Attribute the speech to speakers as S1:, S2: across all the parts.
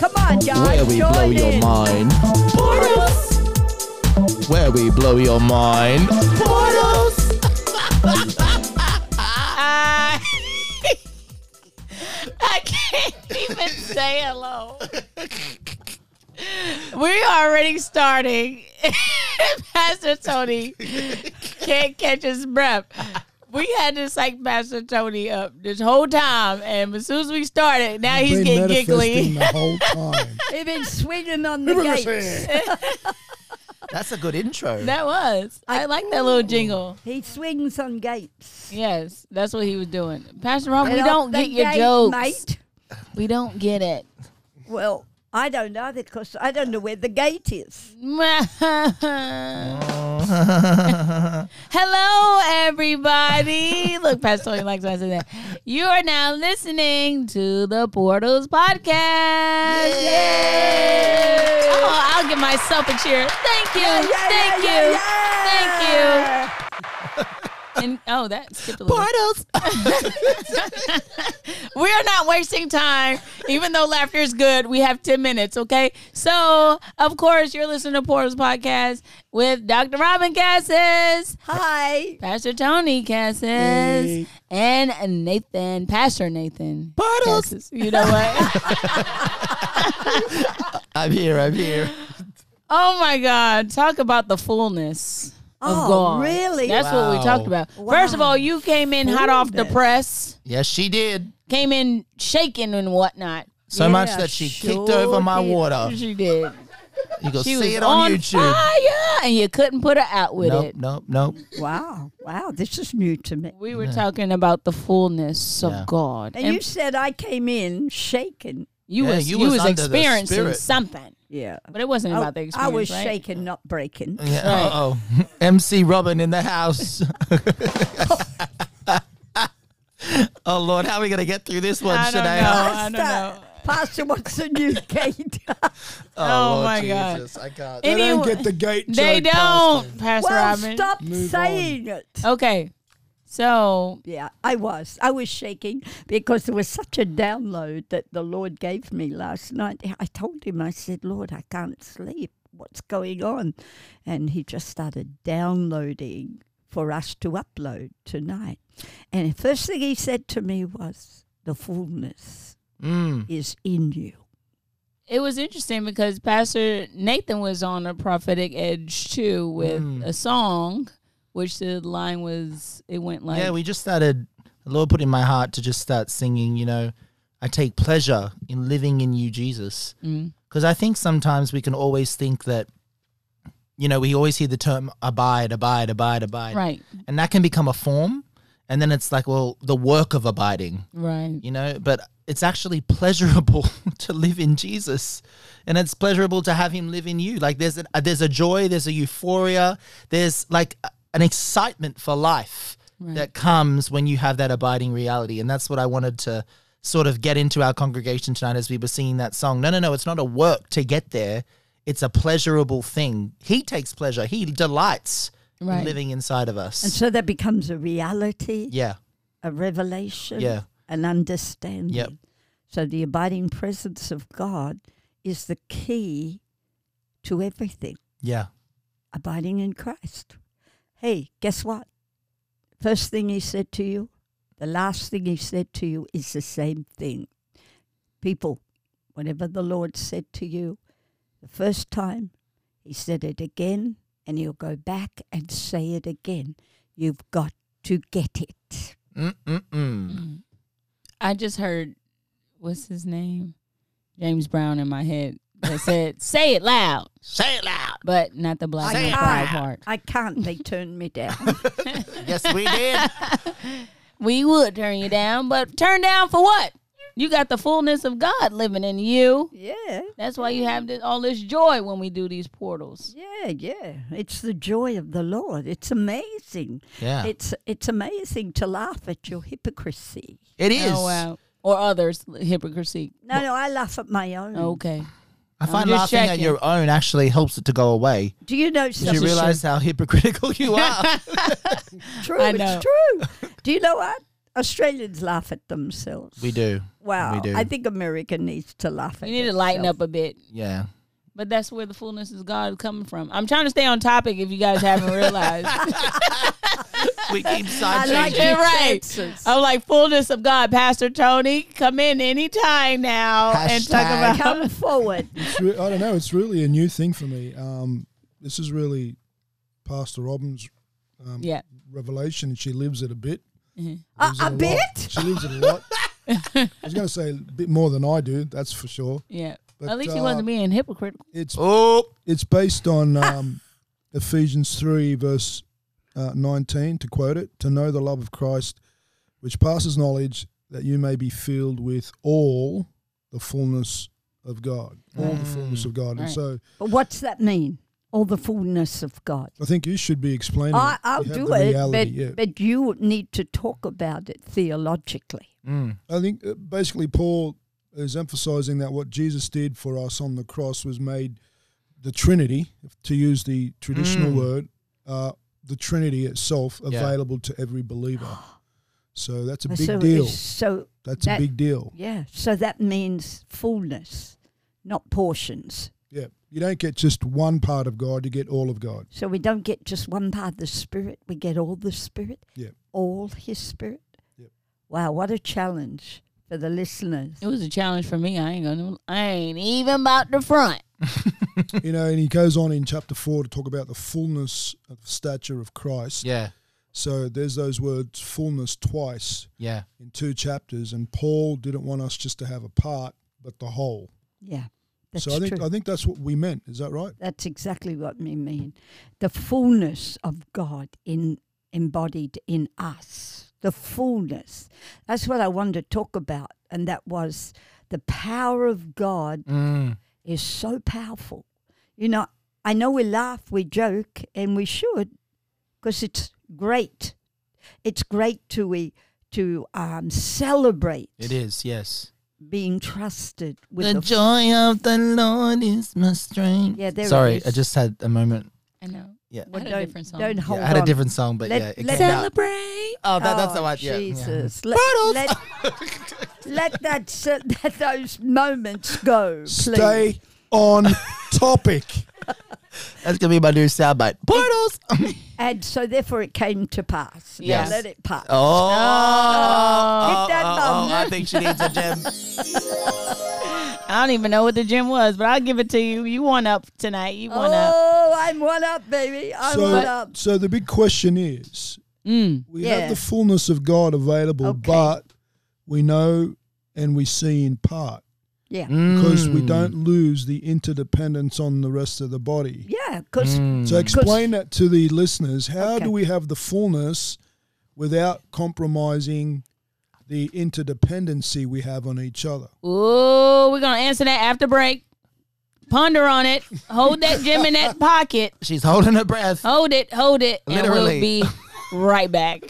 S1: where we blow your mind. Where we blow your mind.
S2: I, I can't even say hello. We're already starting. Pastor Tony can't catch his breath. We had to psych Pastor Tony up this whole time, and as soon as we started, now he's
S3: Been
S2: getting
S3: manifesting
S2: giggly.
S3: the whole time.
S4: They've been swinging on the gates.
S1: That's a good intro.
S2: That was. I like that little jingle.
S4: He swings on gates.
S2: Yes, that's what he was doing. Pastor Ron, Oh, we
S4: Get off
S2: don't
S4: the
S2: get your
S4: gate,
S2: jokes.
S4: mate.
S2: We don't get it.
S4: Well, I don't know because I don't know where the gate is.
S2: Hello, everybody. Look, Pastor Tony likes when I say that. You are now listening to the Portals Podcast. Oh, I'll give myself a cheer. Thank you.
S4: yeah,
S2: Thank
S4: yeah,
S2: you.
S4: yeah.
S2: Thank you. And oh, that skipped a little. Portals. we are not wasting time. Even though laughter is good, we have 10 minutes, okay? So, of course, you're listening to Portals Podcast with Dr. Robin Cassis,
S4: Hi.
S2: Pastor Tony Cassis, and Nathan, Pastor Nathan.
S1: Portals.
S2: Cassis. You know what?
S1: I'm here, I'm here.
S2: oh my God. Talk about the fullness. Of
S4: Oh,
S2: God.
S4: really?
S2: That's what
S1: Wow.
S2: we talked about. First of
S4: Wow.
S2: all, you came in hot off the
S4: Fullness.
S2: press.
S1: Yes, she did.
S2: came in shaking and whatnot.
S1: So much
S4: Yeah,
S1: that she kicked
S4: sure
S1: over my
S4: did.
S1: water.
S2: She did.
S1: You go
S2: She
S1: see
S2: was
S1: it on,
S2: on
S1: YouTube.
S2: fire, and you couldn't put her out with
S1: Nope,
S2: it.
S1: nope, nope.
S4: Wow. Wow. This is new to me.
S2: We were talking about the fullness
S1: Yeah.
S2: of God,
S4: And, you said I came in shaken.
S2: you
S1: Yeah,
S2: was
S1: you
S2: you,
S1: was
S2: was,
S1: under the
S2: experiencing
S1: spirit.
S2: something,
S4: Yeah.
S2: but it wasn't
S4: I-
S2: about the
S4: Oh, I,
S2: experience.
S4: was
S2: right?
S4: shaken, not breaking.
S1: Yeah, Uh-oh. MC Robin in the house. oh, Lord, how are we going to get through this one
S2: Oh, I don't
S1: today?
S2: know.
S1: huh?
S2: I don't
S4: Pastor,
S2: know.
S4: Pastor, what's the new gate?
S2: Oh,
S1: Lord
S2: my God.
S1: Jesus, I can't.
S3: They don't
S2: Anyway-
S3: get the gate.
S2: They
S3: joke,
S2: don't, Pastor
S4: well,
S2: Robin.
S4: stop
S3: Move
S4: saying it.
S2: Okay, so
S4: Yeah, I was. I was shaking because there was such a download that the Lord gave me last night. I told him, I said, Lord, I can't sleep. What's going on? And he just started downloading for us to upload tonight. And the first thing he said to me was, The fullness
S1: Mm.
S4: is in you.
S2: it was interesting because Pastor Nathan was on a prophetic edge too with
S1: Mm.
S2: a song, which the line was it went like
S1: yeah, we just started. The Lord put in my heart to just start singing. You know, I take pleasure in living in you, Jesus,
S2: Mm.
S1: because I think sometimes we can always think that, you know, we always hear the term abide, abide, abide, abide,
S2: right,
S1: and that can become a form, and then it's like, well, the work of abiding,
S2: right.
S1: you know, but it's actually pleasurable to live in Jesus, and it's pleasurable to have Him live in you. Like there's a, uh, there's a joy, there's a euphoria, there's like a- an excitement for life
S2: Right.
S1: that comes when you have that abiding reality. And that's what I wanted to sort of get into our congregation tonight as we were singing that song. No, no, no, it's not a work to get there. It's a pleasurable thing. He takes pleasure. He delights
S2: Right.
S1: in living inside of us.
S4: And so that becomes a reality,
S1: yeah.
S4: a revelation,
S1: Yeah.
S4: an understanding. So the abiding presence of God is the key to everything.
S1: Yeah.
S4: abiding in Christ. Hey, guess what? First thing he said to you, the last thing he said to you is the same thing. People, whatever the Lord said to you the first time, he said it again, and he'll go back and say it again. You've got to get it.
S1: Mm-mm-mm.
S2: I just heard what's his name? James Brown in my head that said, Say it loud,
S1: Say it loud.
S2: but not the black
S1: Say
S2: and
S1: it
S2: pride
S1: loud.
S2: part.
S4: I can't, they turned me down.
S1: Yes, we did.
S2: We would turn you down, but turn down for what? You got the fullness of God living in you.
S4: yeah,
S2: That's why you have this, all this joy when we do these portals.
S4: yeah, yeah. It's the joy of the Lord. It's amazing.
S1: Yeah.
S4: It's it's amazing to laugh at your hypocrisy.
S1: it is.
S2: Oh wow. Or others hypocrisy.
S4: No, no, I laugh at my
S1: Mm.
S4: own.
S2: Okay.
S1: I find
S2: just
S1: laughing at
S2: checking.
S1: your own actually helps it to go away.
S4: Do you know
S1: Did you
S4: something?
S1: realize how hypocritical you are?
S4: true,
S2: I know.
S4: it's true. Do you know what? Australians laugh at themselves.
S1: We do.
S4: Wow.
S1: we do.
S4: I think America needs to laugh at
S2: You need to lighten
S4: itself.
S2: up a bit.
S1: Yeah.
S2: But that's where the fullness of God is coming from. I'm trying to stay on topic if you guys haven't realized.
S1: We keep
S4: I
S1: side
S4: like
S1: changing.
S2: You're
S4: your
S2: right.
S4: chances.
S2: I'm like, fullness of God. Pastor Tony, come in anytime now and talk
S1: Hashtag.
S2: about
S4: Come forward.
S3: It's re- I don't know. It's really a new thing for me. Um, this is really Pastor Robin's um,
S2: Yeah. Mm-hmm.
S3: revelation. She lives it a bit.
S4: A,
S3: Lives it
S4: a
S3: lot.
S4: bit?
S3: She lives it a lot. I was going to say a bit more than I do. That's for sure.
S2: Yeah.
S3: But,
S2: At least he
S3: uh,
S2: wasn't being hypocritical.
S3: It's
S1: Oh,
S3: it's based on um, Ephesians three verse uh, nineteen. To quote it, to know the love of Christ, which passes knowledge, that you may be filled with all the fullness of God. All the fullness of God. And
S2: Right.
S3: so
S4: But what's that mean? All the fullness of God.
S3: I think you should be explaining.
S4: I,
S3: it.
S4: I'll
S3: You have
S4: do
S3: the
S4: it,
S3: reality,
S4: but, but you need to talk about it theologically.
S1: mm.
S3: I think uh, basically Paul is emphasizing that what Jesus did for us on the cross was made the Trinity, to use the traditional
S1: Mm.
S3: word, uh, the Trinity itself
S1: Yeah.
S3: available to every believer. So that's a big
S4: so,
S3: deal.
S4: so
S3: That's
S4: that-
S3: a big deal.
S4: yeah, so that means fullness, not portions.
S3: Yeah. You don't get just one part of God, you get all of God.
S4: So we don't get just one part of the Spirit; we get all the Spirit,
S3: Yeah.
S4: all His Spirit.
S3: Yep.
S4: Wow, what a challenge for the listeners!
S2: It was a challenge for me. I ain't gonna I ain't even about the front.
S3: you know, and he goes on in chapter 4 to talk about the fullness of stature of Christ.
S1: Yeah.
S3: So there's those words fullness twice.
S1: Yeah.
S3: in two chapters, and Paul didn't want us just to have a part, but the whole.
S4: Yeah, that's
S3: so I think
S4: true.
S3: I think that's what we meant. Is that right?
S4: That's exactly what we mean. The fullness of God in embodied in us. The fullness. That's what I wanted to talk about. And that was the power of God
S1: Mm.
S4: is so powerful. You know, I know we laugh, we joke, and we should, because it's great. It's great to we to um, celebrate
S1: It is. Yes.
S4: being trusted with
S1: the
S4: the
S1: joy of the Lord is my strength.
S4: Yeah, there it
S1: Sorry,
S4: is.
S1: I just had a moment.
S2: I know.
S1: Yeah.
S2: I had a
S4: don't,
S2: different song.
S4: don't
S2: Yeah,
S1: Yeah,
S4: hold
S1: I had a
S4: on.
S1: different song, but
S4: Let-
S1: yeah, it
S4: let-
S1: came out.
S2: Celebrate.
S1: Oh, that, that's
S4: Oh,
S1: the one. Yeah. yeah.
S4: Jesus. Let, let, let that, se- let those moments go, please.
S3: Stay on topic.
S1: That's gonna be my new soundbite. Portals.
S4: Oh. And so, therefore, it came to pass. Yeah.
S1: Yes.
S4: let it pass.
S1: Oh, oh,
S4: Hit that
S1: oh,
S4: button.
S1: oh, I think she needs a gem.
S2: I don't even know what the gym was, but I'll give it to you. You won up tonight. You won up.
S4: Oh, I'm one up, baby. I'm one
S3: so,
S4: up.
S3: so the big question is:
S2: Mm.
S3: we
S4: Yeah.
S3: have the fullness of God available,
S4: Okay.
S3: but we know and we see in part
S4: Yeah.
S3: because we
S1: Mm.
S3: don't lose the interdependence on the rest of the body.
S4: Yeah, Mm. because
S1: Mm.
S3: So explain that to the listeners. How
S4: Okay.
S3: do we have the fullness without compromising the interdependency we have on each other?
S2: Ooh, we're gonna answer that after break. Ponder on it. Hold that gym in that pocket.
S1: She's holding her breath.
S2: Hold it, hold it,
S1: Literally.
S2: and we'll be right back.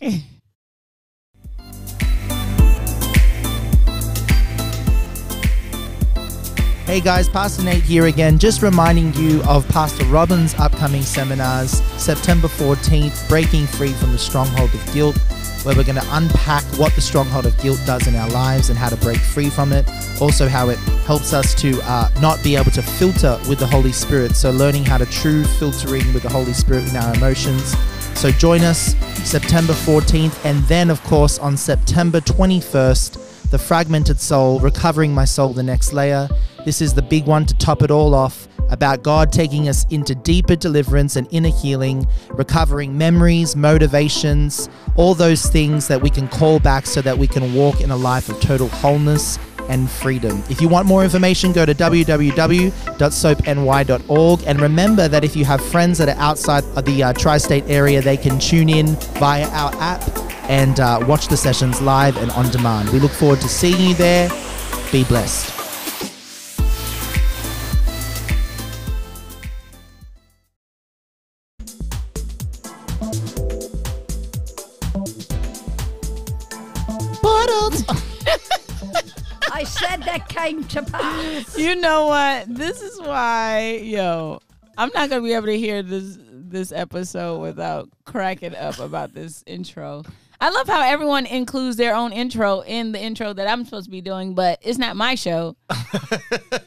S1: Hey guys, Pastor Nate here again, just reminding you of Pastor Robin's upcoming seminars, September 14th, Breaking Free from the Stronghold of Guilt, where we're going to unpack what the stronghold of guilt does in our lives and how to break free from it. Also, how it helps us to uh, not be able to filter with the Holy Spirit. So, learning how to true filtering with the Holy Spirit in our emotions. So join us September 14th, and then, of course, on September 21st, The Fragmented Soul Recovering My Soul, the Next Layer. This is the big one to top it all off about God taking us into deeper deliverance and inner healing, recovering memories, motivations, all those things that we can call back so that we can walk in a life of total wholeness and freedom. If you want more information, go to www.soapny.org. And remember that if you have friends that are outside of the uh, tri state area, they can tune in via our app and uh, watch the sessions live and on demand. We look forward to seeing you there. Be blessed.
S2: Bottled.
S4: I said that came to pass.
S2: You know what? This is why, yo, I'm not gonna be able to hear this this episode without cracking up about this intro. I love how everyone includes their own intro in the intro that I'm supposed to be doing, but it's not my show.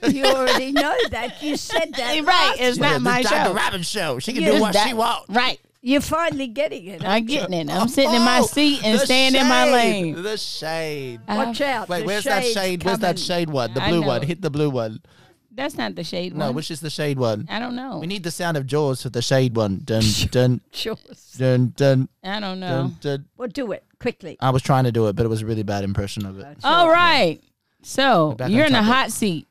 S4: You already know that. You said that.
S2: right,
S4: last-
S2: it's not my
S1: Dr.
S2: show.
S1: Robin show. She can
S4: Yeah.
S1: do
S4: It's
S1: what
S2: that-
S1: she wants.
S2: Right.
S4: You're finally getting it.
S2: I'm getting it. I'm sitting in
S1: Oh,
S2: my seat and staying in my lane.
S1: The shade.
S4: Watch out.
S1: Wait,
S4: the
S1: where's that
S4: shade's
S1: shade? Where's that
S4: coming.
S1: shade one? The
S2: I
S1: blue one.
S2: know.
S1: Hit the blue one.
S2: That's not the shade
S1: No,
S2: one.
S1: which is the shade one?
S2: I don't know.
S1: We need the sound of Jaws for the shade one. Dun dun
S4: Jaws.
S1: dun dun
S2: I don't know.
S1: dun dun.
S4: Well, do it quickly.
S1: I was trying to do it, but it was a really bad impression of it.
S2: All right. So
S1: back on
S2: you're in a
S1: topic.
S2: hot seat,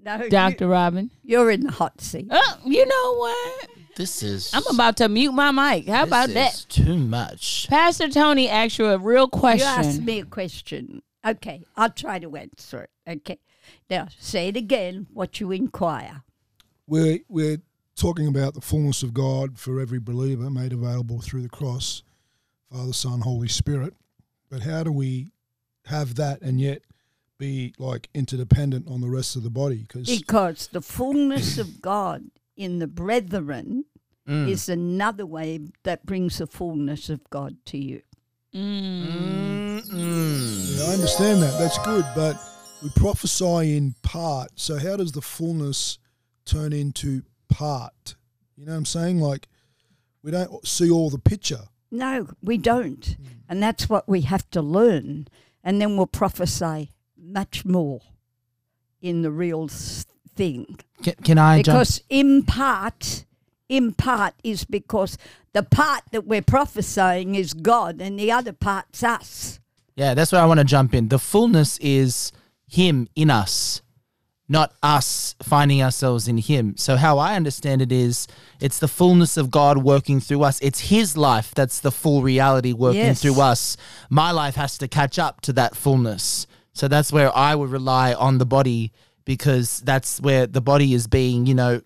S4: No,
S2: Dr. Robin.
S4: You, are in the hot seat.
S2: Oh, you know what?
S1: This is.
S2: I'm about to mute my mic. How
S1: this
S2: about
S1: is
S2: that?
S1: Too much.
S2: Pastor Tony asked you a real
S4: You asked
S2: question.
S4: me a question. Okay, I'll try to answer it. Okay. Now, say it again what you inquire.
S3: We're, we're talking about the fullness of God for every believer made available through the cross, Father, Son, Holy Spirit. But how do we have that and yet be like interdependent on the rest of the body? Because
S4: Because the fullness of God in the brethren is another way that brings the fullness of God to you.
S2: Mm.
S3: I understand that, that's good, but we prophesy in part. So how does the fullness turn into part? You know what I'm saying? Like, we don't see all the picture.
S4: No, we don't. And that's what we have to learn. And then we'll prophesy much more in the real s- thing.
S1: Can, can I jump?
S4: Because in part, in part is because the part that we're prophesying is God and the other part's us.
S1: Yeah, that's where I want to jump in. The fullness is Him in us, not us finding ourselves in Him. So, how I understand it is it's the fullness of God working through us. It's His life that's the full reality working
S4: Yes.
S1: through us. My life has to catch up to that fullness. So, that's where I would rely on the body because that's where the body is being, you know,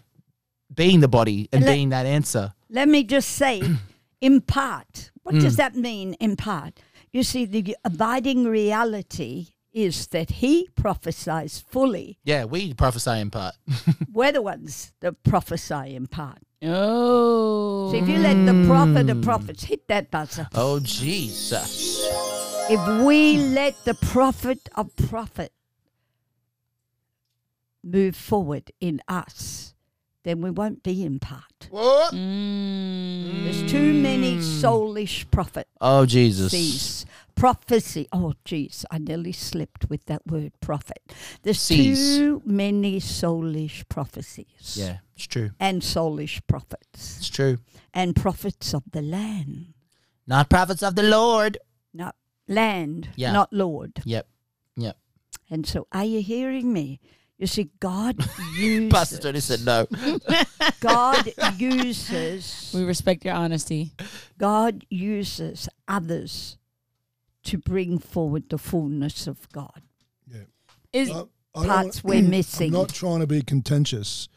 S1: being the body and
S4: And let-
S1: being that answer.
S4: Let me just say, Mm. in part, what does that mean in part? You see, the abiding reality is that he prophesies fully.
S1: Yeah, we prophesy in part.
S4: We're the ones that prophesy in part.
S2: Oh.
S4: So if you let the prophet of prophets hit that buzzer,
S1: oh, Jesus.
S4: if we
S1: Hmm.
S4: let the prophet of prophet move forward in us, then we won't be in part.
S1: What?
S4: There's too many soulish prophets.
S1: Oh, Jesus.
S4: Sees. Prophecy. Oh, geez, I nearly slipped with that word prophet. There's
S1: Sees.
S4: too many soulish prophecies
S1: Yeah, it's true.
S4: and soulish prophets
S1: It's true.
S4: and prophets of the land.
S1: Not prophets of the Lord.
S4: Not land,
S1: Yeah.
S4: not Lord.
S1: Yep. Yep.
S4: And so, are you hearing me? You see, God
S1: Pastor
S4: uses.
S1: Tony said no.
S4: God uses.
S2: We respect your honesty.
S4: God uses others to bring forward the fullness of God.
S3: Yeah.
S2: Is
S3: I- I don't
S4: Parts
S3: wanna-
S4: we're missing.
S3: I'm not trying to be contentious,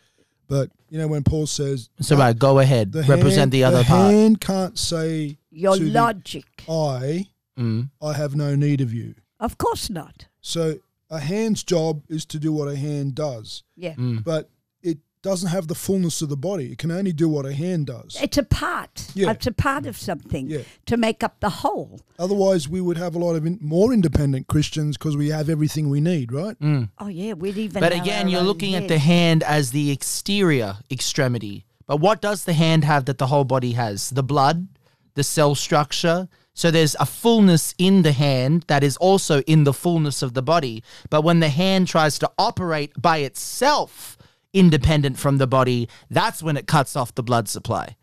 S3: but you know when Paul says
S1: It's all right. Go ahead.
S3: the
S1: Represent
S3: hand,
S1: the other
S3: the
S1: part.
S3: hand can't say
S4: Your
S3: to the
S4: logic.
S3: eye,
S1: Mm.
S3: "I have no need of you."
S4: Of course not.
S3: So a hand's job is to do what a hand does,
S4: Yeah.
S1: Hmm.
S3: but it doesn't have the fullness of the body. It can only do what a hand does.
S4: It's a part.
S3: Yeah.
S4: It's a part of something
S3: Yeah.
S4: to make up the whole.
S3: Otherwise, we would have a lot of in, more independent Christians because we have everything we need, right?
S1: Mm.
S4: Oh yeah, we'd even.
S1: But
S4: have
S1: again,
S4: our
S1: you're
S4: own
S1: looking at
S4: head.
S1: the hand as the exterior extremity. But what does the hand have that the whole body has? The blood, the cell structure. So there's a fullness in the hand that is also in the fullness of the body. But when the hand tries to operate by itself, independent from the body, that's when it cuts off the blood supply.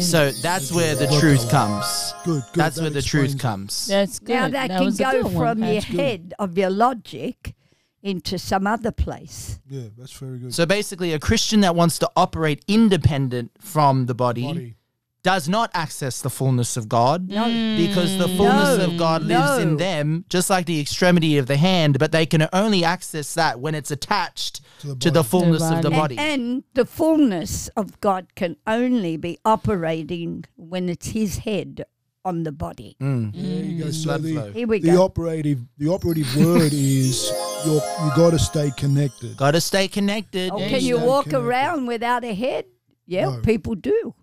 S1: So that's where the truth comes.
S3: Good, good.
S1: That's
S3: That
S1: where the
S3: explains
S1: truth
S3: it.
S1: comes.
S2: that's good.
S4: Now that, can
S2: was a
S4: go
S2: good one,
S4: from your
S2: Patrick.
S4: head of your logic into some other place.
S3: Yeah, that's very good.
S1: So basically, a Christian that wants to operate independent from the body,
S3: Body.
S1: does not access the fullness of God
S2: Mm.
S1: because the fullness
S4: No,
S1: of God lives in
S4: Mm, no.
S1: them, just like the extremity of the hand, but they can only access that when it's attached to
S3: To the
S1: the,
S3: body.
S1: fullness of the
S2: body.
S1: body.
S4: And the fullness of God can only be operating when it's His head on the body.
S1: Mm.
S3: There you go. So
S1: Blood
S3: the-
S1: flow.
S4: Here we
S3: the
S4: go.
S3: operative the operative word is you're, you got to stay connected.
S1: Gotta stay connected.
S4: Oh,
S2: Yeah,
S4: can
S2: you
S4: you
S3: stay
S4: walk
S3: connected.
S4: around without a head? Yeah,
S3: No.
S1: Mm.
S4: people do.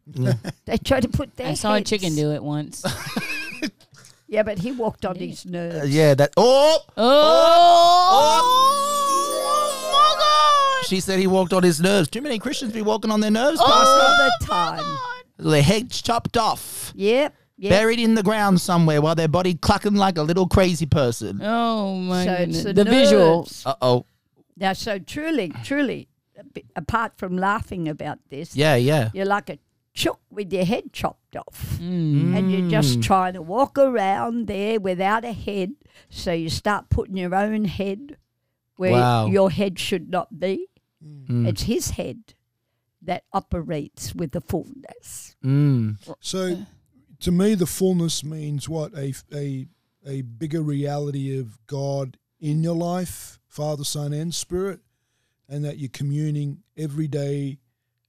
S4: they try to put their.
S2: I saw a chicken
S4: heads-
S2: do it once.
S4: Yeah, but he walked on his nerves.
S1: Uh, yeah, that. Oh!
S2: Oh, my God.
S1: She said he walked on his nerves. Too many Christians be walking on their nerves,
S4: All
S1: Pastor.
S4: the time.
S1: Their heads chopped off,
S4: Yep. Yep.
S1: buried in the ground somewhere while their body clucking like a little crazy person.
S2: Oh my
S4: So
S2: goodness.
S4: it's the
S2: The visuals.
S4: nerves.
S1: Uh oh.
S4: Now, so truly, truly, a bit- apart from laughing about this,
S1: Yeah, yeah.
S4: you're like a chook with your head chopped off. And you're just trying to walk around there without a head. So you start putting your own head where
S1: Wow.
S4: your head should not be. It's his head that operates with the fullness.
S1: Mm.
S3: So, to me, the fullness means what a a a bigger reality of God in your life, Father, Son, and Spirit, and that you're communing every day,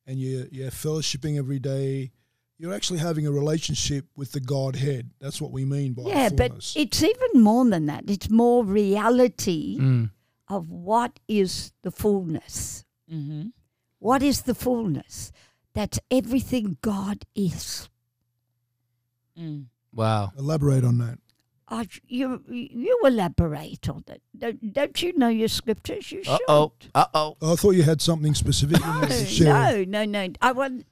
S3: and you're you're fellowshipping every day. You're actually having a relationship with the Godhead. That's what we mean by
S4: yeah,
S3: fullness.
S4: but it's even more than that. It's more reality
S1: Mm,
S4: of what is the fullness.
S2: Mm-hmm.
S4: What is the fullness? That's everything God is.
S2: Mm.
S1: Wow.
S3: Elaborate on that.
S4: I, Oh, you you elaborate on it. Don't, don't you know your scriptures? You
S1: Uh
S4: should.
S1: oh. Uh oh.
S3: I thought you had something specific you wanted to share.
S4: No, no, no. I want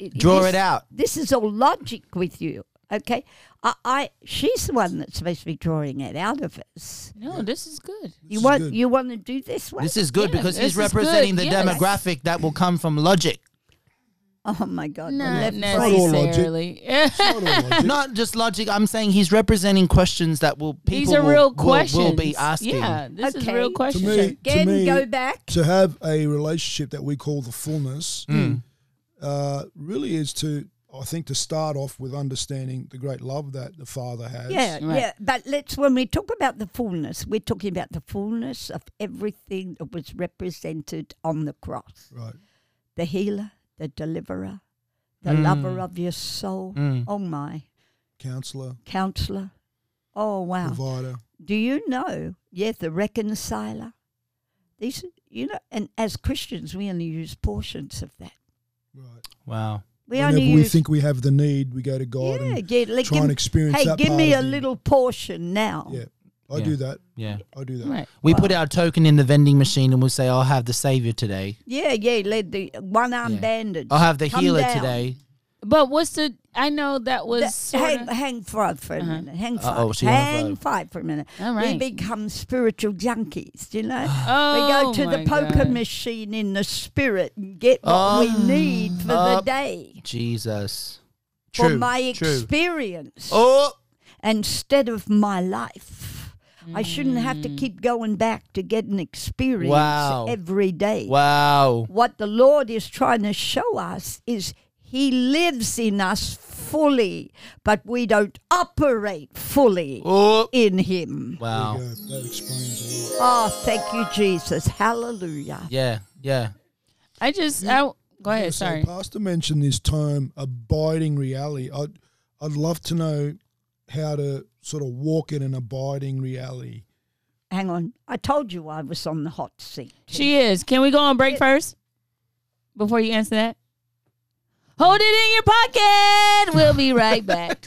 S4: it-
S1: Draw
S4: this-
S1: it out.
S4: This is all logic with you. Okay, I, I she's the one that's supposed to be drawing it out of us.
S2: No, this is good.
S4: you
S3: is
S4: want
S3: good.
S4: you want to do this one?
S1: This is good
S2: Yeah,
S1: because he's
S2: this is good,
S1: representing the
S2: yes.
S1: demographic that will come from logic,
S4: oh my God! I
S2: Not
S4: left
S3: all logic.
S2: necessarily.
S3: It's not all logic.
S1: not just logic. I'm saying he's representing questions that will people
S2: These are
S1: will,
S2: real
S1: will-
S2: questions.
S1: will be asking.
S2: Yeah, this is
S4: Okay.
S2: real
S4: To
S2: questions.
S3: me- to
S4: Again,
S3: me-
S4: go back.
S3: to have a relationship that we call the fullness
S4: Mm.
S3: uh, really is to i think to start off with understanding the great love that the father has
S4: Yeah,
S2: Right.
S4: yeah. But let's when we talk about the fullness, we're talking about the fullness of everything that was represented on the cross.
S3: right
S4: the healer, the deliverer, the
S1: Mm.
S4: lover of your soul. Oh my,
S3: counselor
S4: counselor. Oh wow.
S3: provider
S4: Do you know? Yeah, the reconciler. These, you know, and as Christians, we only use portions of that.
S3: right
S1: Wow.
S4: We
S3: whenever
S4: only
S3: we
S4: use.
S3: think we have the need we go to god
S4: yeah,
S3: and
S4: yeah, like
S3: try
S4: give-
S3: and experience
S4: Hey,
S3: that
S4: give
S3: part
S4: me a
S3: of you.
S4: little portion now.
S3: yeah i
S1: Yeah.
S3: do that
S1: Yeah.
S3: i do that
S2: Right.
S1: We put our token in the vending machine and we'll say, I'll have the savior today.
S4: yeah, yeah. Let the one arm
S1: Yeah.
S4: bandage.
S1: I'll have the
S4: Come
S1: healer
S4: down.
S1: today.
S2: But what's the? I know that
S4: Th-
S2: was.
S4: hang,
S2: sorta-
S4: hang five for a minute. Hang 5
S1: Uh-oh, she on a
S4: hang five for a minute.
S2: All
S4: We
S2: right.
S4: become spiritual junkies, you know.
S2: Oh,
S4: we go to the
S2: my
S4: poker
S2: God.
S4: machine in the spirit and get what
S1: Oh.
S4: we need for
S1: Up.
S4: the day.
S1: Jesus. True.
S4: for my
S1: true.
S4: experience
S1: Oh,
S4: instead of my life. I shouldn't have to keep going back to get an experience
S1: Mm. Wow.
S4: every day.
S1: wow.
S4: What the Lord is trying to show us is He lives in us fully, but we don't operate fully
S1: Oh,
S4: in Him.
S3: There you
S1: wow.
S3: go. that explains a lot
S4: Oh, thank you, Jesus. Hallelujah.
S1: Yeah, yeah.
S2: I just. I, go ahead.
S3: So
S2: Oh, Sorry.
S3: pastor mentioned this term abiding reality i'd i'd love to know how to sort of walk in an abiding reality
S4: Hang on. I told you I was on the hot seat.
S2: She is. Can we go on break first? Before you answer that? Hold it in your pocket. We'll be right back.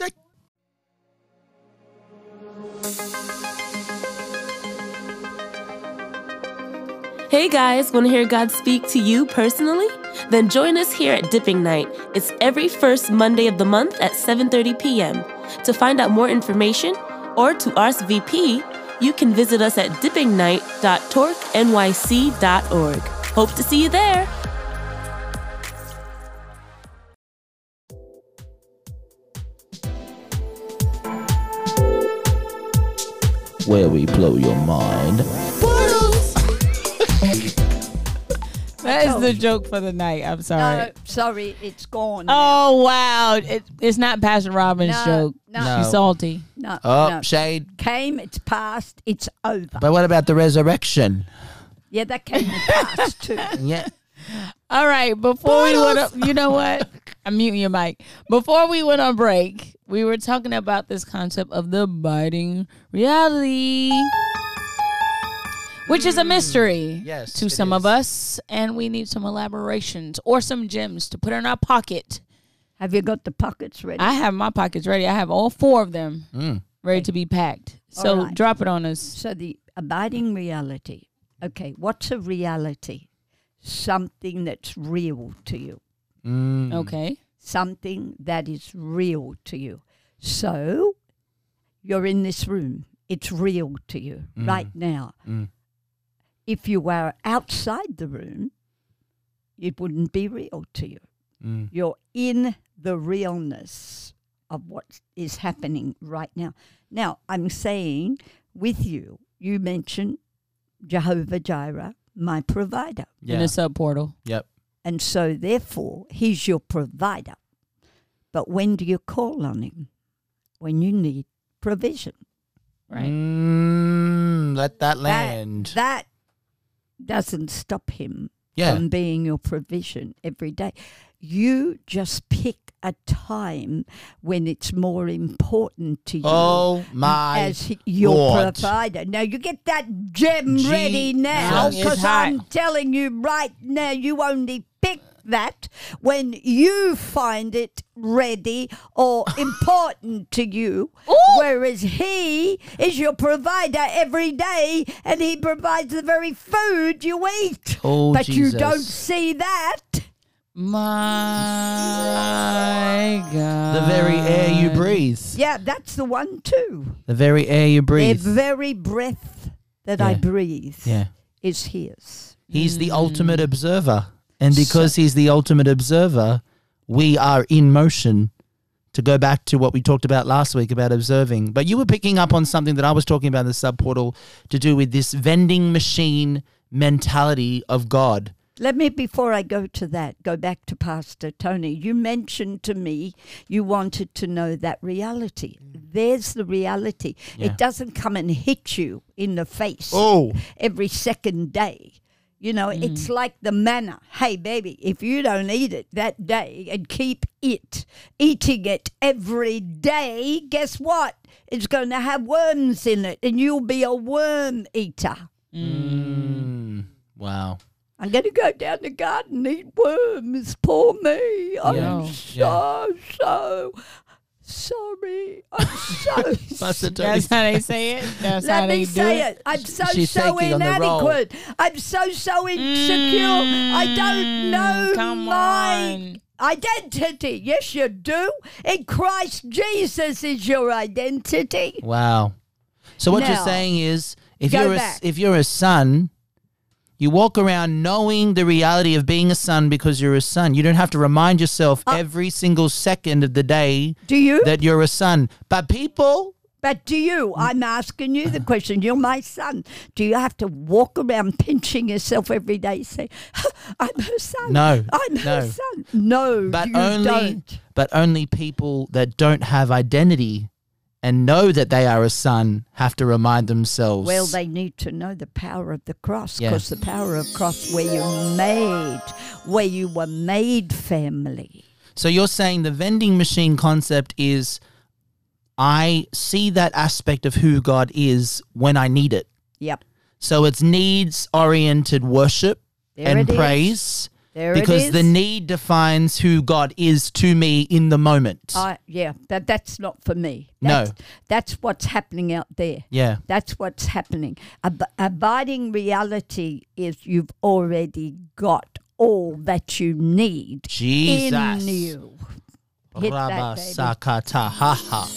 S5: Hey guys, want to hear God speak to you personally? Then join us here at Dipping Night. It's every first Monday of the month at 7:30 p.m. To find out more information or to RSVP, you can visit us at dippingnight.torquenyc.org. Hope to see you there.
S1: Where we blow your mind.
S2: That is the joke for the night. I'm sorry.
S4: No, sorry, it's gone. now.
S2: Oh wow! It, it's not Pastor Robin's
S4: No,
S2: joke.
S4: no.
S2: She's salty.
S4: No,
S1: Oh,
S4: no.
S1: shade.
S4: Came, it's past, it's over.
S1: But what about the resurrection?
S4: yeah, that came and passed too.
S1: Yeah.
S2: All right. Before we went up, you know what? I'm muting your mic. Before we went on break, we were talking about this concept of the biting reality, which is a mystery
S1: Mm. Yes,
S2: to
S1: it
S2: some of
S1: is.
S2: us, and we need some elaborations or some gems to put in our pocket.
S4: Have you got the pockets ready?
S1: Mm.
S2: I have my pockets ready. I have all four of them ready to be packed. So
S4: All right.
S2: drop it on us.
S4: So the abiding reality. Okay, what's a reality? Something that's real to you.
S6: Mm.
S2: Okay.
S4: Something that is real to you. So you're in this room. It's real to you right now.
S6: Mm.
S4: If you were outside the room, it wouldn't be real to you.
S6: Mm.
S4: You're in the realness of what is happening right now. Now, I'm saying with you, you mentioned Jehovah Jireh, my provider.
S2: In
S6: Yeah.
S2: the sub portal.
S6: Yep.
S4: And so, therefore, he's your provider. But when do you call on him? When you need provision.
S2: Right.
S1: Mm, let that
S4: That-
S1: land.
S4: That, doesn't stop him
S1: yeah.
S4: from being your provision every day. You just pick a time when it's more important to you.
S1: oh my.
S4: as he- your
S1: Lord.
S4: provider. Now you get that gem ready now
S1: Jesus.
S4: because
S2: It's hot.
S4: I'm telling you right now, you only pick that when you find it ready or important to you. Whereas he is your provider every day and he provides the very food you eat.
S1: Oh,
S4: but you
S1: Jesus.
S4: don't see that.
S2: My God.
S1: the very air you breathe.
S4: Yeah, that's the one too.
S1: The very air you
S4: The
S1: breathe.
S4: very breath that I
S1: Yeah.
S4: breathe
S1: yeah.
S4: is his.
S1: He's the ultimate observer. And because he's the ultimate observer, we are in motion to go back to what we talked about last week about observing. But you were picking up on something that I was talking about in the subportal to do with this vending machine mentality of God.
S4: Let me, before I go to that, go back to Pastor Tony. You mentioned to me you wanted to know that reality. There's the
S1: Mm.
S4: reality.
S1: Yeah.
S4: It doesn't come and hit you in the face
S1: Oh.
S4: every second day. You know, it's
S1: Mm.
S4: like the manna. Hey, baby, if you don't eat it that day and keep it, eating it every day, guess what? It's going to have worms in it and you'll be a worm eater.
S1: Mm. Wow.
S4: I'm going to go down the garden and eat worms. Poor me. I'm
S2: Yeah.
S4: so, so sorry. I'm so
S1: Pastor Tony.
S2: That's how they say it. That's how
S4: Let
S2: they
S4: me
S2: do
S4: say
S2: it.
S4: it. I'm so,
S1: she's
S4: so
S1: taking on the role.
S4: inadequate. I'm so, so insecure. I don't know
S2: Mm, come
S4: my
S2: on.
S4: identity. Yes, you do. In Christ Jesus is your identity.
S1: Wow. So what you're
S4: Now,
S1: saying is, if
S4: go
S1: you're a,
S4: back.
S1: if you're a son, you walk around knowing the reality of being a son because you're a son. You don't have to remind yourself
S4: Uh,
S1: every single second of the day
S4: Do you?
S1: that you're a son. But people,
S4: But do you? I'm asking you the question. You're my son. Do you have to walk around pinching yourself every day saying, I'm her son?
S1: No,
S4: I'm her
S1: no.
S4: son. No,
S1: but
S4: you
S1: only
S4: don't.
S1: but only people that don't have identity and know that they are a son have to remind themselves.
S4: Well, they need to know the power of the cross
S1: Yeah.
S4: because the power of cross where you're made, where you were made family.
S1: So you're saying the vending machine concept is I see that aspect of who God is when I need it.
S4: Yep.
S1: So it's needs oriented worship
S4: There
S1: and
S4: it is.
S1: praise
S4: There it
S1: because the
S4: is.
S1: need defines who God is to me in the moment.
S4: I, yeah, but that's not for me.
S1: No.
S4: That's, That's what's happening out there.
S1: yeah.
S4: That's what's happening. Ab- abiding reality is you've already got all that you need
S1: Jesus.
S4: in you. Hit
S1: Rabba
S4: that, baby.
S1: sakata ha ha.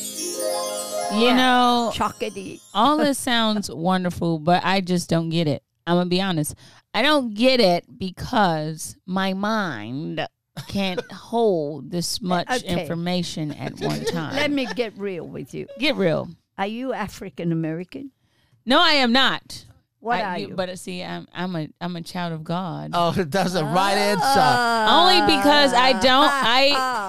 S2: You know,
S4: Chockety.
S2: all this sounds wonderful, but I just don't get it. I'm gonna be honest. I don't get it because my mind can't hold this much
S4: Okay.
S2: information at one time.
S4: Let me get real with you.
S2: get real.
S4: Are you African American?
S2: No, I am not.
S4: What
S2: I-
S4: are you?
S2: But see, I'm I'm a I'm a child of God.
S1: Oh, that's a right answer.
S2: Ah. Only because I don't.
S4: Ah.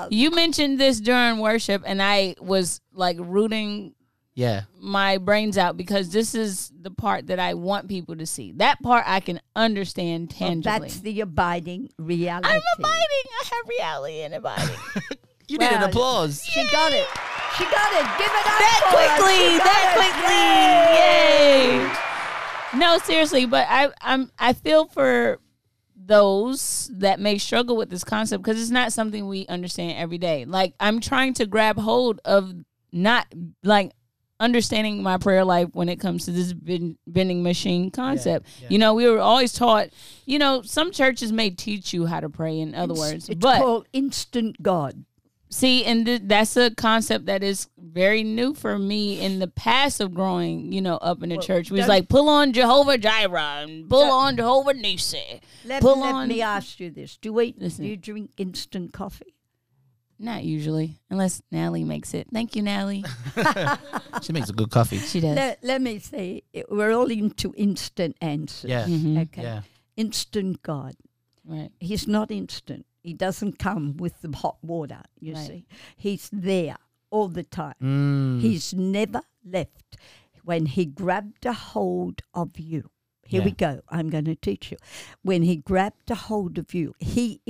S2: I you mentioned this during worship, and I was like rooting
S1: Yeah.
S2: my brains out because this is the part that I want people to see. That part I can understand tangibly.
S4: That's the abiding reality.
S2: I'm abiding. I have reality in abiding.
S1: You need an
S4: Well,
S1: applause.
S4: She got it. She got it. Give it up.
S2: that
S4: for her.
S2: quickly.
S4: She got
S2: That
S4: it.
S2: quickly. Yay. No, seriously, but I I'm I feel for those that may struggle with this concept because it's not something we understand every day. Like I'm trying to grab hold of not like understanding my prayer life when it comes to this vend- vending machine concept.
S1: yeah.
S2: You know, we were always taught. You know, some churches may teach you how to pray. In other
S4: It's-
S2: words,
S4: it's
S2: but
S4: called instant God.
S2: see, and th- that's a concept that is very new for me in the past of growing. You know, up in the church, we was
S4: don't-
S2: like pull on Jehovah Jireh and pull on Jehovah Nissi.
S4: Let,
S2: Pull
S4: let
S2: on-
S4: me ask you this: Do we
S2: Listen.
S4: do you drink instant coffee?
S2: Not usually, unless Nally makes it. Thank you, Nally.
S1: She makes a good coffee.
S2: She does.
S4: Let, let me say it- we're all into instant answers.
S1: Yeah.
S2: Mhm.
S4: Okay.
S1: Yeah.
S4: Instant God.
S2: Right.
S4: He's not instant. He doesn't come with the hot water. You
S2: Right.
S4: see, he's there all the time.
S1: Mm.
S4: He's never left. When he grabbed a hold of you, here we go, I'm going to teach you. When he grabbed a hold of you, he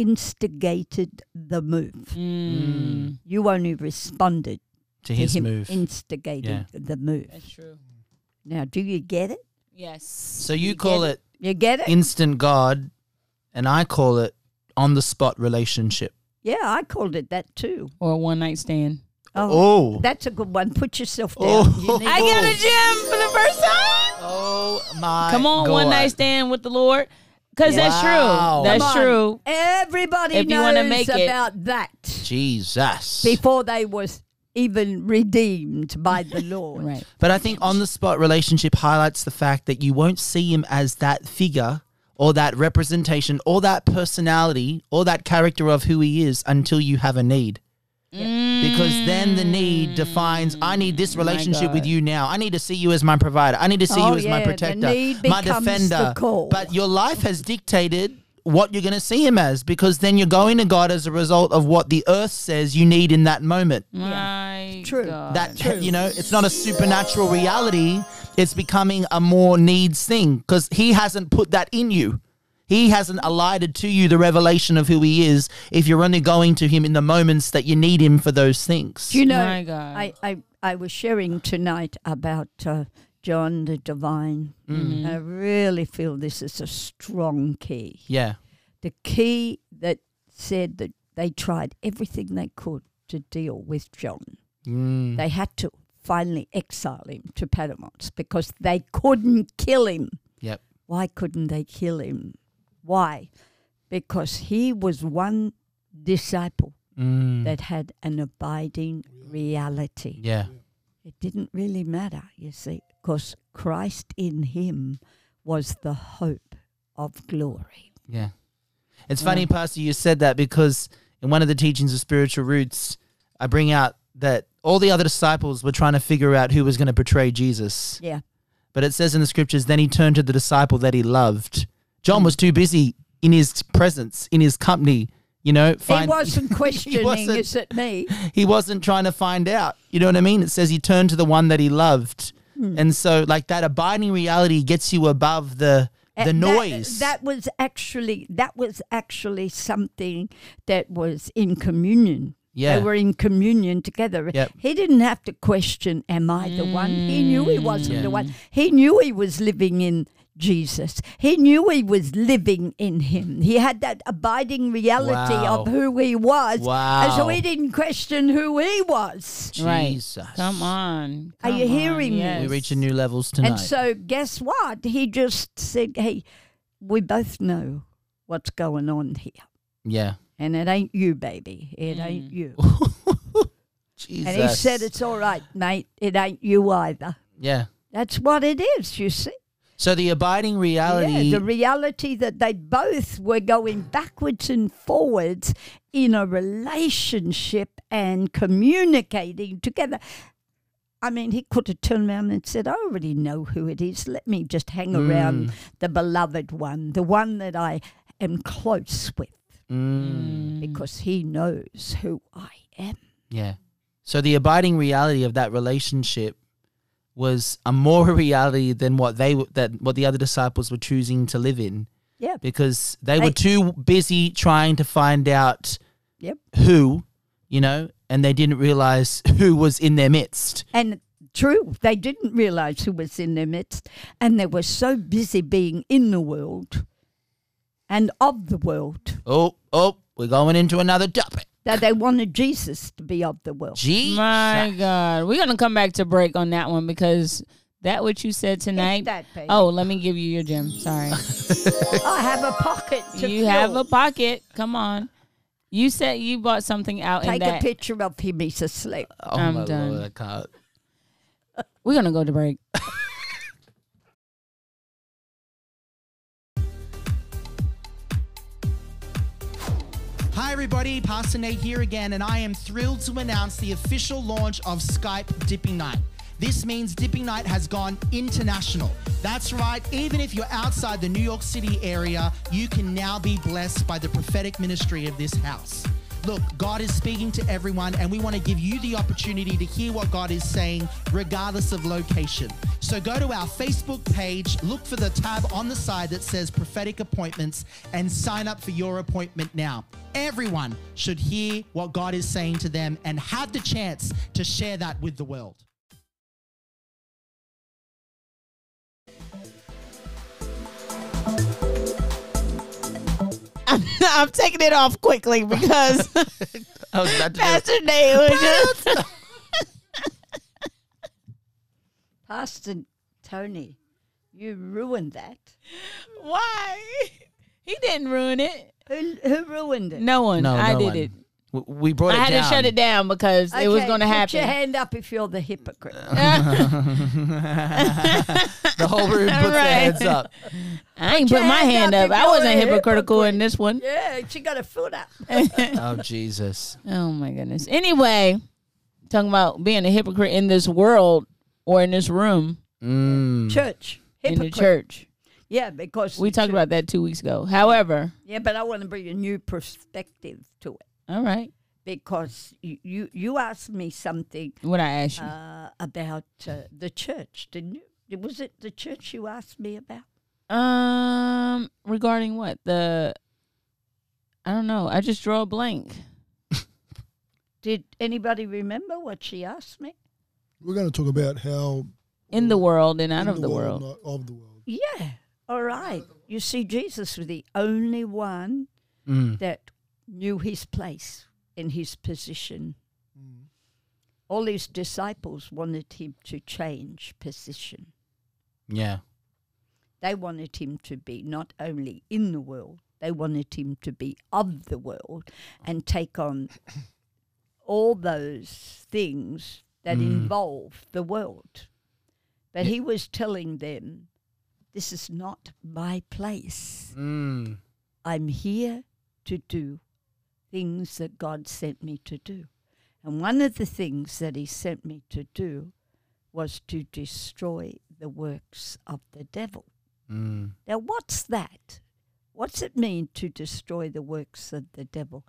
S4: instigated the move.
S2: Mm.
S4: You only responded
S1: to
S4: to
S1: his
S4: him
S1: move.
S4: instigating the move.
S2: That's true.
S4: Now, do you get it?
S2: Yes.
S1: so you call
S2: get
S1: it
S4: You get it?
S1: instant God, and I call it on the spot relationship.
S4: yeah, I called it that too.
S2: or a one night stand.
S1: Oh.
S4: That's a good one. Put yourself down.
S1: Oh.
S4: You need
S2: I got a gym for the first time.
S1: Oh my!
S2: Come on, one night stand with the Lord, because that's
S1: Wow.
S2: true.
S1: Come
S2: That's
S4: Come on.
S2: true.
S4: Everybody
S2: If you
S4: knows
S2: wanna make it.
S4: about that.
S1: Jesus.
S4: before they was even redeemed by the Lord.
S2: Right.
S1: But I think on the spot relationship highlights the fact that you won't see him as that figure or that representation or that personality or that character of who he is until you have a need. Because then the need defines I need this relationship with
S2: God.
S1: you now. I need to see you as my provider. I need to see
S4: Mm. Oh,
S1: you as my
S4: yeah, the
S1: protector,
S4: need
S1: my
S4: becomes the
S1: defender.
S4: call.
S1: But your life has dictated what you're going to see him as because then you're going to God as a result of what the earth says you need in that moment
S2: My
S4: Uh, True.
S2: God.
S1: that you know it's not a supernatural reality it's becoming a more needs thing because he hasn't put that in you he hasn't alighted to you the revelation of who he is if you're only going to him in the moments that you need him for those things
S4: Do you know,
S2: My God.
S4: I, I, I was sharing tonight about uh, John the Divine.
S1: Mm.
S2: Mm-hmm.
S4: I really feel this is a strong key.
S1: yeah
S4: The key that said that they tried everything they could to deal with John.
S1: Mm.
S4: They had to finally exile him to Patmos because they couldn't kill him.
S1: yep
S4: Why couldn't they kill him? Why? Because he was one disciple
S1: Mm.
S4: that had an abiding reality.
S1: yeah
S4: It didn't really matter, you see, because Christ in him was the hope of glory.
S1: yeah it's funny
S4: Mm.
S1: pastor you said that because in one of the teachings of spiritual roots i bring out that all the other disciples were trying to figure out who was going to betray jesus
S4: Yeah.
S1: But it says in the scriptures, then he turned to the disciple that he loved. John was too busy in his presence, in his company, you know.
S4: he
S1: find-
S4: wasn't questioning,
S1: wasn't-
S4: is it me?
S1: he wasn't trying to find out. You know what I mean? It says he turned to the one that he loved.
S4: Hmm.
S1: And so, like, that abiding reality gets you above the
S4: Uh,
S1: the
S4: that-
S1: noise.
S4: That, was actually that was actually something that was in communion.
S1: Yeah.
S4: They were in communion together.
S1: Yep.
S4: He didn't have to question, Am I the one? He knew he wasn't
S1: Yeah.
S4: the one. He knew he was living in Jesus. He knew he was living in him. He had that abiding reality
S1: Wow.
S4: of who he was. And so
S1: Wow.
S4: he didn't question who he was.
S2: Right.
S1: Jesus.
S2: Come on.
S4: Are you
S2: Come on.
S4: hearing me?
S1: We're
S2: Yes.
S1: reaching new levels tonight.
S4: And so, guess what? He just said, Hey, we both know what's going on here.
S1: yeah.
S4: And it ain't you, baby. It ain't you.
S1: Jesus.
S4: And he said, It's all right, mate. It ain't you either.
S1: Yeah.
S4: That's what it is, you see.
S1: So the abiding reality.
S4: Yeah, the reality that they both were going backwards and forwards in a relationship and communicating together. I mean, he could have turned around and said, I already know who it is. Let me just hang around the beloved one, the one that I am close with,
S1: Mm.
S4: because he knows who I am.
S1: Yeah. So the abiding reality of that relationship was a more reality than what they w- that what the other disciples were choosing to live in
S4: Yeah.
S1: because they were
S4: They-
S1: too busy trying to find out
S4: Yep.
S1: who, you know, and they didn't realize who was in their midst.
S4: And true, they didn't realize who was in their midst, and they were so busy being in the world and of the world.
S1: Oh, oh, we're going into another topic.
S4: that they wanted Jesus to be of the world.
S1: Gee.
S2: My God. We're going to come back to break on that one because that what you said tonight.
S4: that page.
S2: Oh, let me give you your gem. Sorry.
S4: I have a pocket to
S2: you
S4: fill.
S2: have a pocket. Come on. You said you bought something out in
S4: Take a
S2: that.
S4: picture of him. He's asleep.
S1: Oh
S2: I'm
S1: my
S2: done.
S1: lord, I can't.
S2: We're going to go to break.
S1: Hi, everybody. Pastor Nate here again, and I am thrilled to announce the official launch of Skype Dipping Night. This means Dipping Night has gone international. That's right, even if you're outside the New York City area, you can now be blessed by the prophetic ministry of this house. Look, God is speaking to everyone, and we want to give you the opportunity to hear what God is saying, regardless of location. So go to our Facebook page, look for the tab on the side that says prophetic appointments, and sign up for your appointment now. Everyone should hear what God is saying to them and have the chance to share that with the world.
S2: I'm taking it off quickly because
S1: I was about
S2: Pastor Nate was just.
S4: Pastor Tony, you ruined that.
S2: Why? He didn't ruin it.
S4: Who, who ruined it?
S2: No one. I did it.
S1: We brought
S2: I had to shut it down because it was
S4: Okay,
S2: going to
S4: Put your
S2: happen.
S4: hand up if you're the hypocrite.
S1: The whole room puts
S2: Right. heads
S1: up.
S2: I ain't
S4: your
S2: put my hand
S4: hand up
S2: up.
S4: if
S2: I
S4: you're a
S2: wasn't hypocritical in
S4: hypocrite.
S2: this one.
S4: yeah, she got a foot up.
S1: Oh, Jesus.
S2: Oh my goodness. Anyway, talking about being a hypocrite in this world or in this room
S4: Church.
S2: Mm. in the
S4: Hypocrite.
S2: church.
S4: Yeah, because
S2: We
S4: the
S2: talked
S4: church-
S2: about that two weeks ago. However,
S4: Yeah, but I want to bring a new perspective to it
S2: all right,
S4: because you you, you asked me something
S2: what I asked you.
S4: uh, about uh, the church, didn't you? Was it the church you asked me about?
S2: Um, regarding what the, I don't know. I just draw a blank.
S4: Did anybody remember what she asked me?
S3: We're going to talk about how
S2: In the world and out
S3: in
S2: of the world.
S3: not of the world.
S4: Yeah. All right. You see, Jesus was the only one
S1: Mm,
S4: that knew his place and his position. All his disciples wanted him to change position.
S1: Yeah.
S4: They wanted him to be not only in the world, they wanted him to be of the world and take on all those things that involve the world. But he was telling them, This is not my place.
S1: Mm.
S4: I'm here to do things that God sent me to do. And one of the things that He sent me to do was to destroy the works of the devil.
S1: Mm.
S4: Now, what's that? What's it mean to destroy the works of the devil?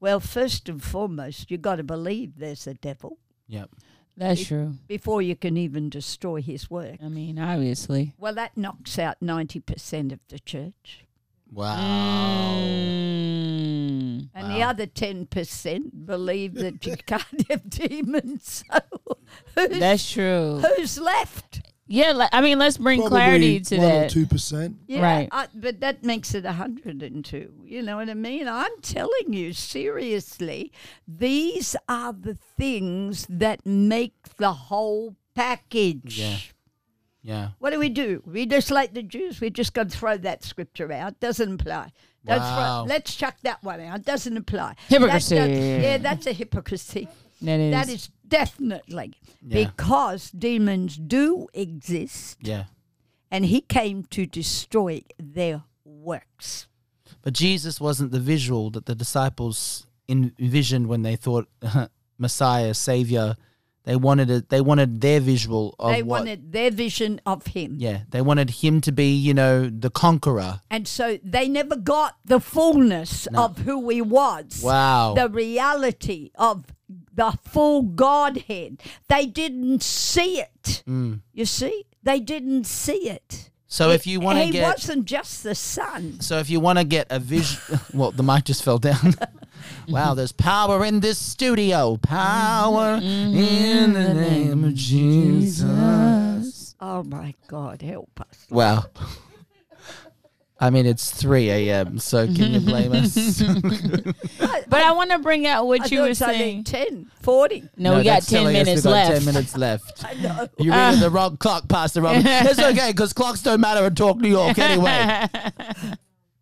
S4: Well, first and foremost, you've got to believe there's a devil
S1: Yep.
S2: That's true.
S4: before you can even destroy his work.
S2: I mean, obviously.
S4: Well, that knocks out 90% of the church.
S3: Oh.
S1: Wow.
S2: Mm.
S4: And the other ten percent believe that you can't have demons. So who's,
S2: That's true.
S4: who's left?
S2: Yeah, like, I mean, let's bring clarity to
S3: one
S2: that.
S3: or two percent.
S2: Right.
S4: I, but that makes it hundred and two. You know what I mean? I'm telling you seriously, these are the things that make the whole package.
S1: Yeah. Yeah.
S4: What do we do? We just like the Jews. We're just going to throw that scripture out. Doesn't apply. Don't throw-
S1: Wow.
S4: let's chuck that one out. Doesn't apply. That
S2: Hypocrisy.
S4: don't- yeah, that's a hypocrisy.
S2: That is.
S4: That is definitely
S1: Yeah.
S4: because demons do exist,
S1: Yeah.
S4: and he came to destroy their works.
S1: But Jesus wasn't the visual that the disciples envisioned when they thought Messiah, Savior. They wanted it. They wanted their visual of
S4: they
S1: what.
S4: wanted their vision of him,
S1: yeah, they wanted him to be, you know, the conqueror.
S4: and so they never got the fullness of who he was.
S1: Wow.
S4: The reality of the full Godhead. They didn't see it.
S1: Mm.
S4: You see, they didn't see it.
S1: so if you want to
S4: he
S1: get,
S4: wasn't just the son.
S1: so if you want to get a vision, well, the mic just fell down. wow, there's power in this studio. Power in the name of Jesus.
S4: Oh my God, help us!
S1: Wow. I mean, it's 3 a.m., so can you blame us?
S2: But I want to bring out what
S4: I
S2: you
S4: thought
S2: were
S4: it's only
S2: saying.
S4: 10, 40.
S2: No, we got
S1: that's
S2: ten
S1: telling us
S2: minutes
S1: we got
S2: left.
S1: 10 minutes left.
S4: I know.
S1: You're reading the wrong clock past the wrong. it's okay, because clocks don't matter in Talk New York anyway.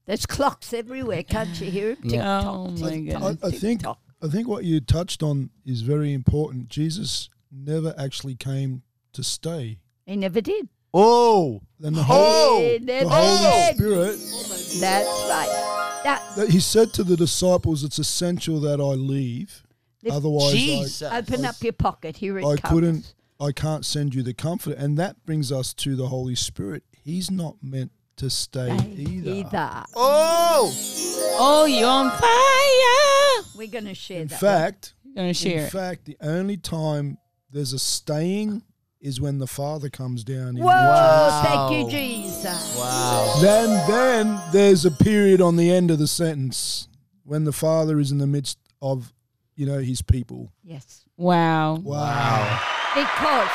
S4: There's clocks everywhere. Can't you hear them? Tick
S1: Yeah.
S4: tock,
S2: Oh,
S4: tick
S2: my
S4: tock,
S2: goodness.
S3: I, I
S4: tick
S3: think
S4: tock.
S3: I think what you touched on is very important. Jesus never actually came to stay.
S4: He never did.
S1: Oh,
S3: Then the Holy,
S4: He
S3: the
S4: never
S3: Holy
S4: did.
S3: Spirit,
S4: That's right. That
S3: that he said to the disciples, "It's essential that I leave,
S4: Lift-
S3: otherwise
S1: Jesus.
S4: open up your pocket. Here it
S3: I, I
S4: comes.
S3: couldn't, I can't send you the comfort." And that brings us to the Holy Spirit. He's not meant to stay either.
S4: either.
S1: oh,
S2: oh, you on fire?
S4: We're going to share
S3: In
S4: that.
S3: fact,
S2: Gonna
S3: in
S2: share it.
S3: fact, the only time there's a staying is when the Father comes
S4: one.
S3: down. in
S4: Whoa! Thank
S1: Wow.
S4: you, Jesus.
S1: wow.
S3: Then, then there's a period on the end of the sentence when the father is in the midst of, you know, his people.
S4: Yes.
S2: Wow.
S3: Wow.
S4: Because.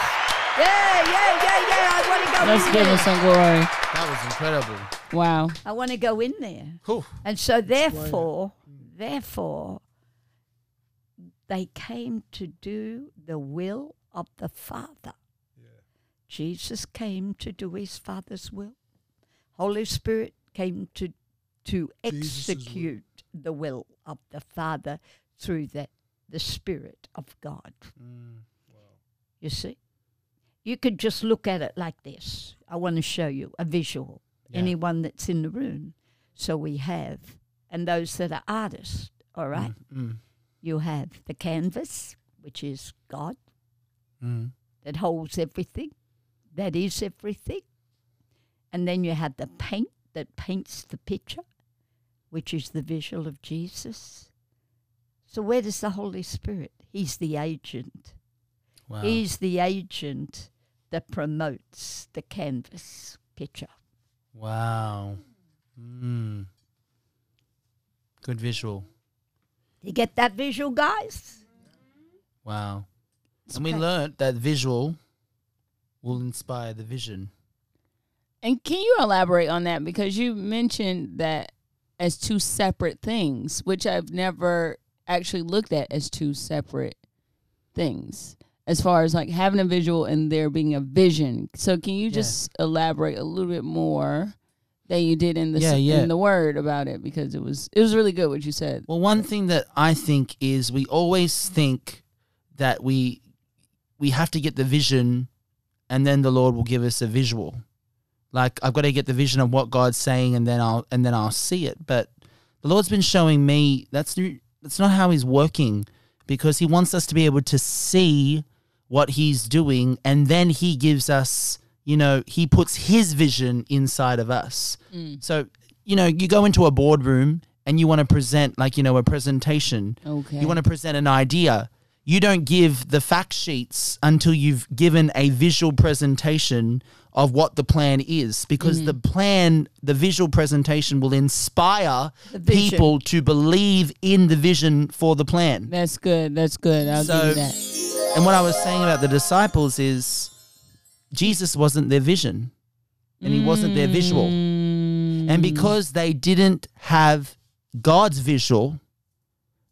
S4: Yeah, yeah, yeah, yeah. I want to go
S2: Let's
S4: in
S2: give
S4: there.
S2: him some glory.
S1: That was incredible.
S2: Wow.
S4: I want to go in there.
S1: Whew.
S4: And so, therefore, therefore, they came to do the will of the Father. Jesus came to do his Father's will. Holy Spirit came to to
S3: Jesus' will.
S4: execute the will of the Father through the, the Spirit of God.
S3: Mm,
S4: You see? You could just look at it like this. I want to show you a visual.
S1: Yeah.
S4: Anyone that's in the room. So we have, and those that are artists, all right?
S1: Mm,
S4: You have the canvas, which is God,
S1: mm.
S4: that holds everything, that is everything. And then you have the paint that paints the picture, which is the visual of Jesus. So where does the Holy Spirit? He's the agent.
S1: Wow.
S4: He's the agent that promotes the canvas picture.
S1: wow. Mm. Good visual.
S4: You get that visual, guys?
S1: Wow. And we learnt that visual will inspire the vision.
S2: And can you elaborate on that? Because you mentioned that as two separate things, which I've never actually looked at as two separate things, as far as like having a visual and there being a vision. So can you just elaborate a little bit more than you did in the
S1: Yeah,
S2: s-
S1: yeah.
S2: in the word about it? Because it was it was really good what you said.
S1: Well, one thing that I think is we always think that we we have to get the vision and then the Lord will give us a visual. Like I've got to get the vision of what God's saying and then I'll and then I'll see it. But the Lord's been showing me that's n- that's not how he's working because he wants us to be able to see what he's doing and then he gives us, you know, he puts his vision inside of us. Mm. So, you know, you go into a boardroom and you want to present like, you know, a presentation.
S2: Okay.
S1: You want to present an idea. You don't give the fact sheets until you've given a visual presentation of what the plan is because the plan, the visual presentation will inspire
S4: vision.
S1: people to believe in the vision for the plan.
S2: That's good. That's good. I'll
S1: So-
S2: give you that.
S1: And what I was saying about the disciples is Jesus wasn't their vision and he wasn't their visual.
S2: Mm.
S1: And because they didn't have God's visual,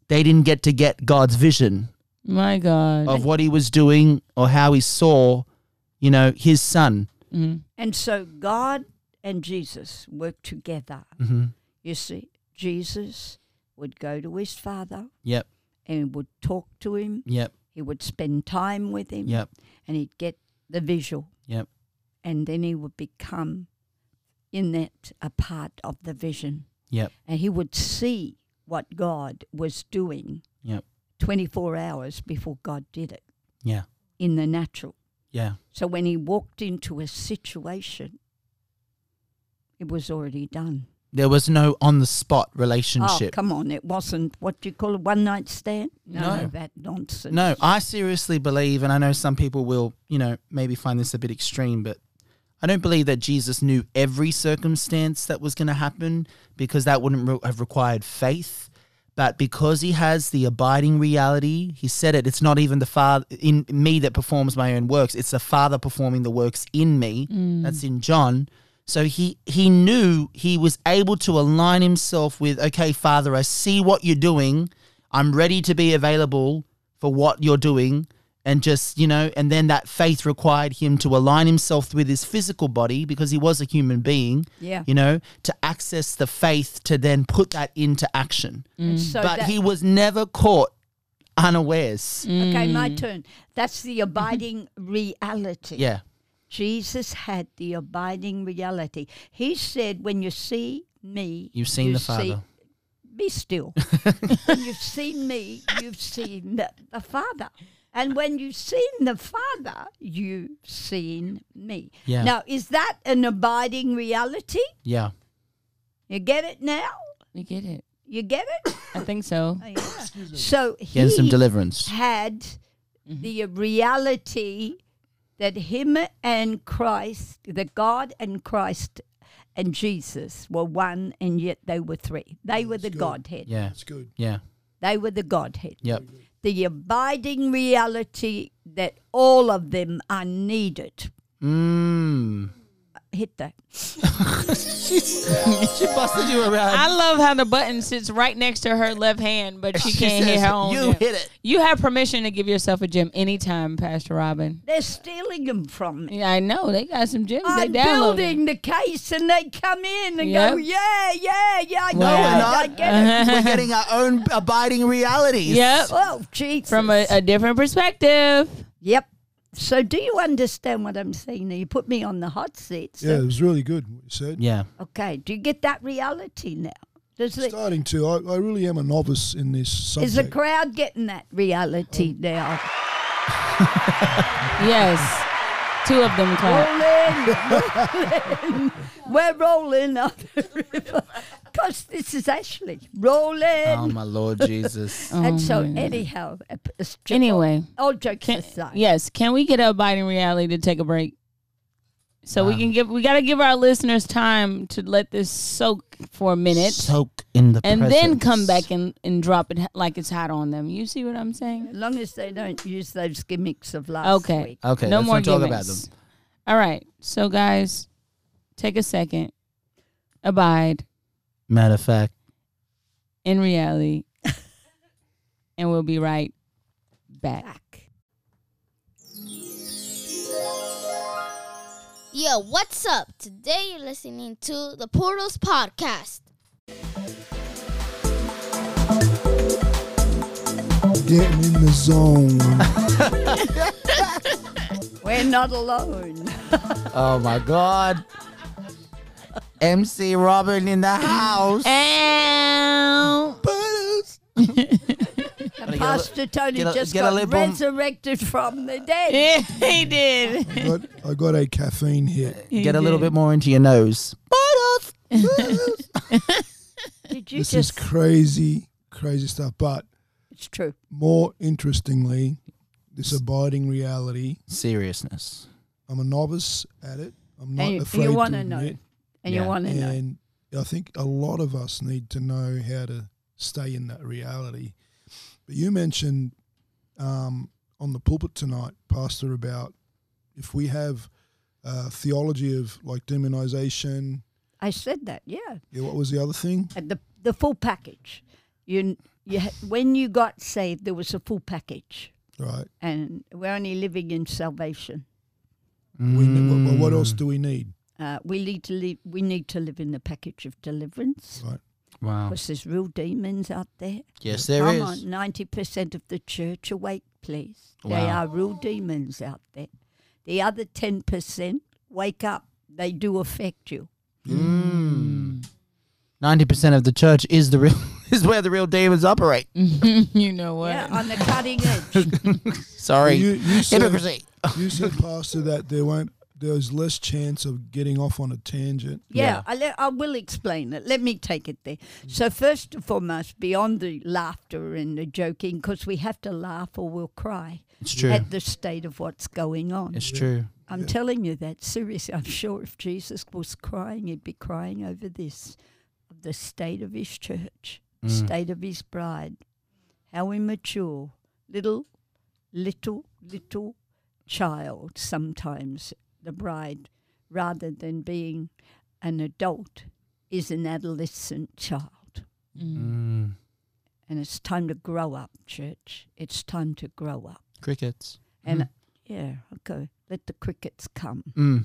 S1: they didn't get to get God's vision
S2: My God.
S1: of what he was doing or how he saw, you know, his son.
S2: Mm-hmm.
S4: And so God and Jesus work together.
S1: Mm-hmm.
S4: You see, Jesus would go to his father
S1: Yep,
S4: and would talk to him.
S1: yep,
S4: He would spend time with him
S1: yep,
S4: and he'd get the visual.
S1: yep.
S4: And then he would become, in that, a part of the vision.
S1: Yep,
S4: And he would see what God was doing
S1: yep,
S4: 24 hours before God did it
S1: yeah,
S4: in the natural.
S1: yeah,
S4: So when he walked into a situation, it was already done.
S1: There was no on the spot
S4: Oh,
S1: relationship.
S4: come on. It wasn't, what do you call it, one night stand?
S1: No.
S4: That nonsense.
S1: No, I seriously believe, and I know some people will, you know, maybe find this a bit extreme, but I don't believe that Jesus knew every circumstance that was going to happen because that wouldn't re- have required faith. But because he has the abiding reality, he said it. It's not even the father in me that performs my own works; it's the Father performing the works in me. That's in John. So he he knew he was able to align himself with, okay, Father, I see what you're doing. I'm ready to be available for what you're doing. And just, you know, and then that faith required him to align himself with his physical body because he was a human being,
S4: Yeah.
S1: you know, to access the faith to then put that into action.
S4: And so
S1: Mm. but
S4: that- Mm.
S1: he was never caught unawares.
S4: Okay, my turn. That's the abiding reality.
S1: Mm. Mm-hmm. Yeah.
S4: Jesus had the abiding reality. He said, When you see me,
S1: You've seen
S4: you
S1: the
S4: see-
S1: Father.
S4: be still. when you've seen me, you've seen the, the Father. And when you've seen the Father, you've seen me.
S1: Yeah.
S4: Now, is that an abiding reality?
S1: Yeah.
S4: You get it now?
S2: You get it.
S4: You get it?
S2: I think so.
S4: Oh, yeah. So he
S1: Getting some Mm-hmm. deliverance.
S4: had the reality that him and Christ, that God and Christ and Jesus were one, and yet they were three. They were the Godhead.
S1: Mm, Yeah.
S3: It's good.
S1: Yeah.
S4: They were the Godhead.
S1: Yep.
S4: The abiding reality that all of them are needed.
S1: Mmm.
S4: Hit that.
S1: She busted you around.
S2: I love how the button sits right next to her left hand, but she,
S1: She
S2: can't hit
S1: says,
S2: her own.
S1: You
S2: gym."
S1: hit it.
S2: You have permission to give yourself a gym anytime, Pastor Robin.
S4: They're stealing them from me.
S2: Yeah, I know they got some gyms.
S4: I'm
S2: they download them.
S4: building the case, and they come in and go,
S2: Yep. Uh-huh.
S4: yeah, yeah, yeah. I
S2: No,
S4: get
S2: we're
S4: it,
S1: not.
S4: I get it.
S1: We're getting our own abiding realities.
S2: Yep,
S4: oh, Jesus.
S2: from a, a different perspective.
S4: Yep. So, do you understand what I'm saying? Now, you put me on the hot seat. So.
S3: Yeah, it was really good what you said.
S1: Yeah.
S4: Okay. Do you get that reality now? Does the,
S3: Starting to, I, I really am a novice in this subject.
S4: is the crowd getting that reality now?
S2: Yes, two of them clap.
S4: Rolling, rolling. We're rolling up the river. Because this is Ashley. Rolling.
S1: Oh my Lord Jesus.
S4: and so, anyhow, a- a strip-
S2: Anyway,
S4: all jokes
S2: can,
S4: aside.
S2: yes, can we get a abiding reality to take a break? So we can give. We got to give our listeners time to let this soak for a minute,
S1: Soak in the
S2: and then
S1: presence.
S2: come back and, and drop it h- like it's hot on them. You see what I'm saying?
S4: As long as they don't use those gimmicks of last
S2: Okay.
S4: week.
S1: Okay.
S2: no
S1: let's
S2: more
S1: not talk about
S2: gimmicks.
S1: them.
S2: All right. So guys, take a second. Abide
S1: Matter of fact,
S2: in reality. and we'll be right back.
S4: Back.
S6: Yo, what's up? Today you're listening to the Portals Podcast.
S3: Getting in the zone.
S4: We're not alone.
S1: oh my God. MC Robin in the house.
S4: And Pastor Tony
S1: get a-
S4: just
S1: get a
S4: got
S1: lip on-
S4: resurrected from the dead.
S2: Yeah,
S1: Mm.
S2: he did.
S3: I got, I got a caffeine hit.
S1: Get a little bit more into your nose.
S4: Did you
S3: This is
S4: just?
S3: crazy, crazy stuff. But
S4: it's true.
S3: more interestingly, this abiding reality.
S1: Seriousness.
S3: I'm a novice at it. I'm not
S4: And you,
S3: afraid
S4: want
S3: to
S4: to know,
S3: admit.
S4: and
S1: Yeah.
S4: you want to know.
S3: And I think a lot of us need to know how to stay in that reality. But you mentioned um, on the pulpit tonight, Pastor, about if we have uh, theology of like demonization.
S4: I said that. Yeah,
S3: Yeah, what was the other thing?
S4: and the the full package. You you ha- when you got saved, there was a full package,
S3: Right.
S4: and we're only living in salvation.
S3: We ne- wha- wha- what else do we need?
S4: Uh, we need to live. We need to live in the package of deliverance.
S3: Right.
S1: Wow.
S4: Because there's real demons out there.
S1: Yes, there
S4: Come
S1: is.
S4: on, ninety percent of the church awake, please. They
S1: Wow.
S4: are real demons out there. The other ten percent wake up. They do affect you.
S1: Ninety percent of the church is the real is where the real demons operate.
S2: Mm. you know what?
S4: Yeah, on the cutting edge.
S1: Sorry,
S3: You- you said-
S1: hypocrisy.
S3: You said, Pastor, that there won't. There's less chance of getting off on a tangent.
S1: Yeah.
S4: Yeah, I, le- I will explain it. Let me take it there. So, first and foremost, beyond the laughter and the joking, because we have to laugh or we'll cry
S1: It's true.
S4: at the state of what's going on.
S1: It's true.
S4: I'm telling you that seriously. I'm sure if Jesus was crying, he'd be crying over this of the state of his church,
S1: Mm.
S4: state of his bride, how immature, little, little, little child sometimes the bride rather than being an adult is an adolescent child.
S1: Mm.
S4: And it's time to grow up, church. It's time to grow up.
S1: Crickets.
S4: And
S3: Mm-hmm.
S4: yeah, okay, let the crickets come.
S1: Mm.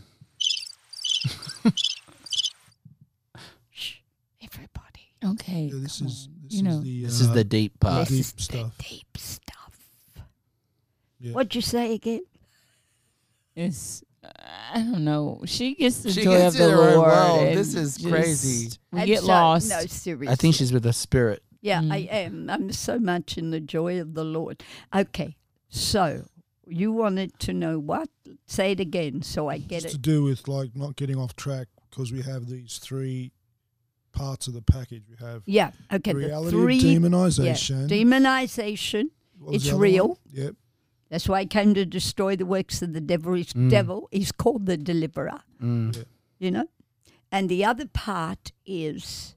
S2: Everybody. Okay.
S3: Yeah, this
S2: come
S3: is
S2: on.
S3: this
S2: you know.
S3: is the uh,
S1: This is the deep part.
S4: This
S3: deep
S4: is the
S3: stuff.
S4: deep stuff.
S3: Yeah.
S4: What'd you say again?
S2: It's I don't know. She gets the
S1: She
S2: joy
S1: gets
S2: of the
S1: in her own
S2: Lord.
S1: world.
S2: and
S1: This is
S2: just-
S1: crazy.
S2: We
S4: And
S2: get
S4: so-
S2: lost.
S4: No, seriously.
S1: I think she's with a spirit.
S4: Yeah, I
S2: Mm.
S4: am. I'm so much in the joy of the Lord. Okay, so you wanted to know what? Say it again so I get
S3: It's to
S4: it.
S3: do with like not getting off track because we have these three parts of the package. We have
S4: Yeah, okay. the
S3: reality,
S4: three yeah,
S3: demonization.
S4: demonization.
S3: What was
S4: it's
S3: the other one?
S4: real.
S3: Yep.
S4: That's why he came to destroy the works of the devil. He's,
S1: Mm.
S4: devil. He's called the deliverer,
S1: Mm.
S3: Yeah.
S4: you know? And the other part is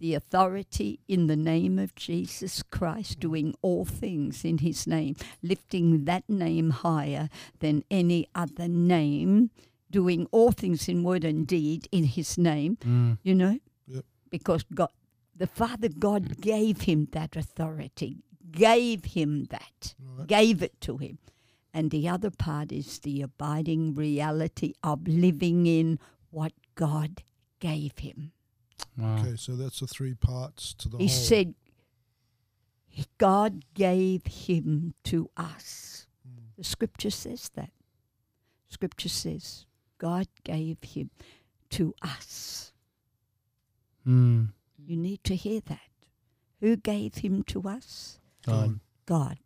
S4: the authority in the name of Jesus Christ, doing all things in his name, lifting that name higher than any other name, doing all things in word and deed in his name,
S1: Mm.
S4: you know?
S3: Yep.
S4: Because God, the Father God gave him that authority, gave him that
S3: Right.
S4: gave it to him. And the other part is the abiding reality of living in what God gave him.
S1: Wow.
S3: Okay, so that's the three parts to the
S4: He
S3: whole.
S4: said, God gave him to us. The scripture says that. Scripture says, God gave him to us.
S1: Mm.
S4: You need to hear that. Who gave him to us?
S1: God.
S4: God.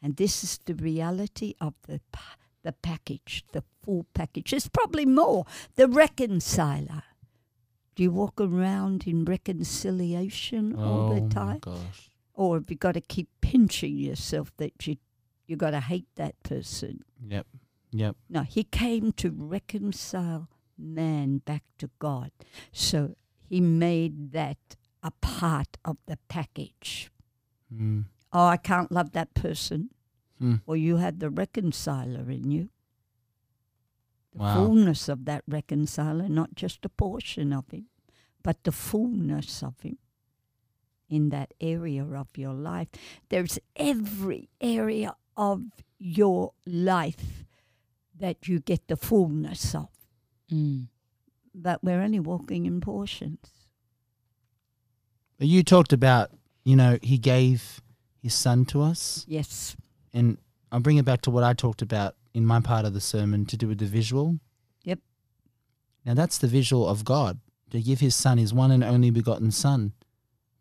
S4: And this is the reality of the, pa- the package, the full package. There's probably more. The reconciler. Do you walk around in reconciliation all
S1: Oh my
S4: the time?
S1: gosh.
S4: Or have you got to keep pinching yourself that you, you got to hate that person?
S1: Yep. Yep.
S4: No, he came to reconcile man back to God. So he made that a part of the package
S1: Mm.
S4: oh, I can't love that person.
S1: Mm.
S4: Well, you had the reconciler in you. The
S1: Wow.
S4: fullness of that reconciler, not just a portion of him, but the fullness of him in that area of your life. There's every area of your life that you get the fullness of,
S2: Mm.
S4: but we're only walking in portions.
S1: You talked about, you know, he gave his son to us.
S4: Yes.
S1: And I'll bring it back to what I talked about in my part of the sermon to do with the visual.
S4: Yep.
S1: Now, that's the visual of God to give his son, his one and only begotten son.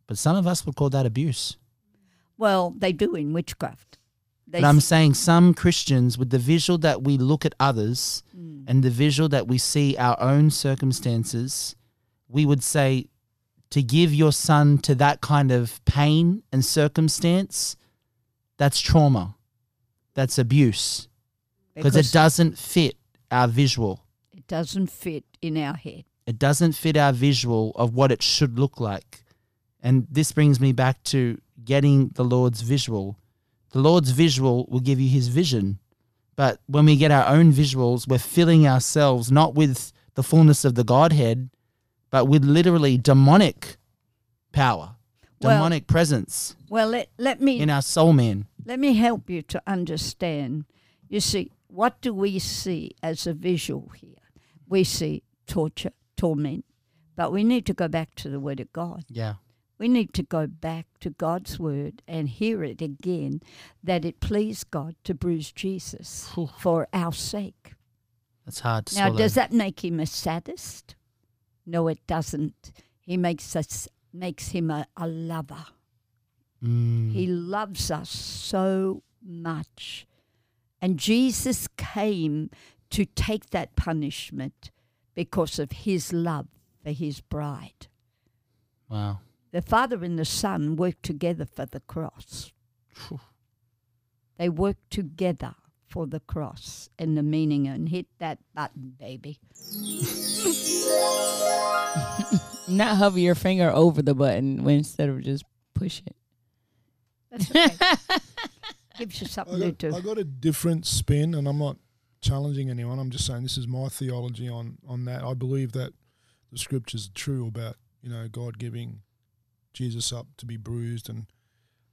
S1: But some of us would call that abuse.
S4: Well, they do in witchcraft. They
S1: But I'm
S4: s-
S1: saying some Christians, with the visual that we look at others
S4: Mm.
S1: and the visual that we see our own circumstances, we would say to give your son to that kind of pain and circumstance, that's trauma, that's abuse, because
S4: because
S1: it doesn't fit our visual.
S4: it doesn't fit in our head.
S1: It doesn't fit our visual of what it should look like. And this brings me back to getting the Lord's visual. The Lord's visual will give you his vision. But when we get our own visuals, we're filling ourselves not with the fullness of the Godhead, but with literally demonic power,
S4: Well-
S1: demonic presence
S4: Well, let, let me
S1: in our soul man.
S4: let me help you to understand. You see, what do we see as a visual here? We see torture, torment, but we need to go back to the Word of God.
S1: Yeah.
S4: We need to go back to God's Word and hear it again that it pleased God to bruise Jesus
S1: Phew.
S4: for our sake.
S1: That's hard to
S4: Now,
S1: swallow.
S4: does that make him a sadist? No, it doesn't. He makes us makes him a, a lover.
S1: Mm.
S4: He loves us so much. And Jesus came to take that punishment because of his love for his bride.
S1: wow.
S4: The Father and the Son worked together for the cross.
S1: Phew.
S4: They worked together for the cross and the meaning. And hit that button, baby.
S2: Not hover your finger over the button when instead of just push it.
S4: That's okay. Gives you
S3: I
S4: something to
S3: got,
S4: do.
S3: I got a different spin, and I'm not challenging anyone. I'm just saying this is my theology on on that. I believe that the scriptures are true about you know God giving Jesus up to be bruised, and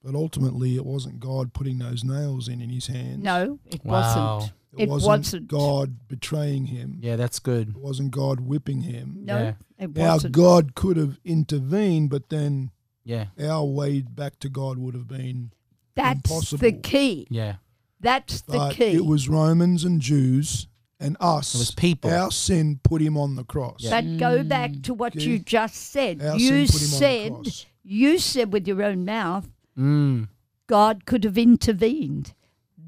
S3: but ultimately it wasn't God putting those nails in in his hands.
S4: No, it
S7: Wow.
S4: wasn't.
S3: it,
S4: it
S3: wasn't,
S4: wasn't.
S3: God betraying him.
S7: Yeah, that's good.
S3: It wasn't God whipping him.
S4: No,
S7: Yeah.
S4: it
S3: Now
S4: wasn't.
S3: God could have intervened, but then
S7: Yeah,
S3: our way back to God would have been
S4: That's the
S3: impossible.
S4: key.
S7: yeah.
S4: That's the
S3: But
S4: key.
S3: It was Romans and Jews and us.
S1: It was people.
S3: Our sin put him on the cross.
S4: but go back to what
S3: Okay.
S4: you just said.
S3: Our
S4: you
S3: sin put him on
S4: said,
S3: the cross.
S4: you said with your own mouth,
S7: Mm.
S4: God could have intervened.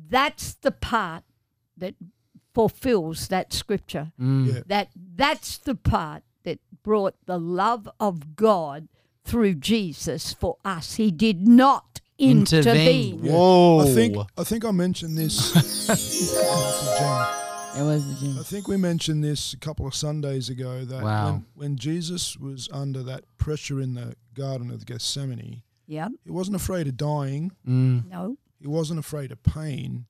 S4: That's the part that fulfills that scripture.
S3: Yeah.
S4: That that's the part that brought the love of God through Jesus for us. He did not intervene.
S7: Intervene.
S3: Yeah.
S7: Whoa.
S3: I think I think I mentioned this. This is Jen.
S2: It was the
S3: I
S2: genius.
S3: think we mentioned this a couple of Sundays ago that
S7: Wow.
S3: when, when Jesus was under that pressure in the Garden of Gethsemane,
S4: Yeah,
S3: he wasn't afraid of dying.
S7: Mm.
S4: no.
S3: He wasn't afraid of pain.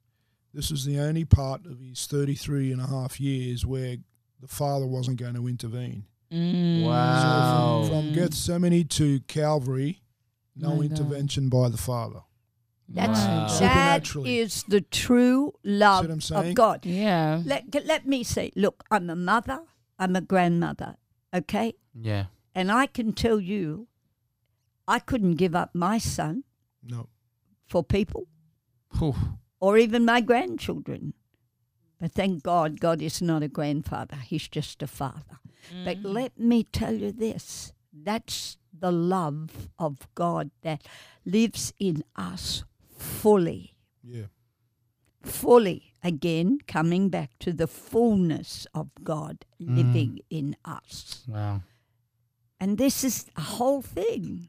S3: This was the only part of his 33 and a half years where the Father wasn't going to intervene.
S1: Mm.
S7: Wow.
S3: So from, from Gethsemane to Calvary, no
S2: My God.
S3: intervention by the Father.
S4: That's
S7: Wow.
S4: that
S3: Supernaturally.
S4: is the true love
S3: what I'm saying?
S4: of God.
S2: Yeah.
S4: Let g- let me say, look, I'm a mother, I'm a grandmother, okay?
S7: Yeah.
S4: And I can tell you I couldn't give up my son
S3: No.
S4: for people
S7: Phew.
S4: or even my grandchildren. But thank God, God is not a grandfather, He's just a father. But let me tell you this that's the love of God that lives in us fully.
S3: Yeah.
S4: fully again coming back to the fullness of God living in us.
S7: Wow.
S4: And this is a whole thing.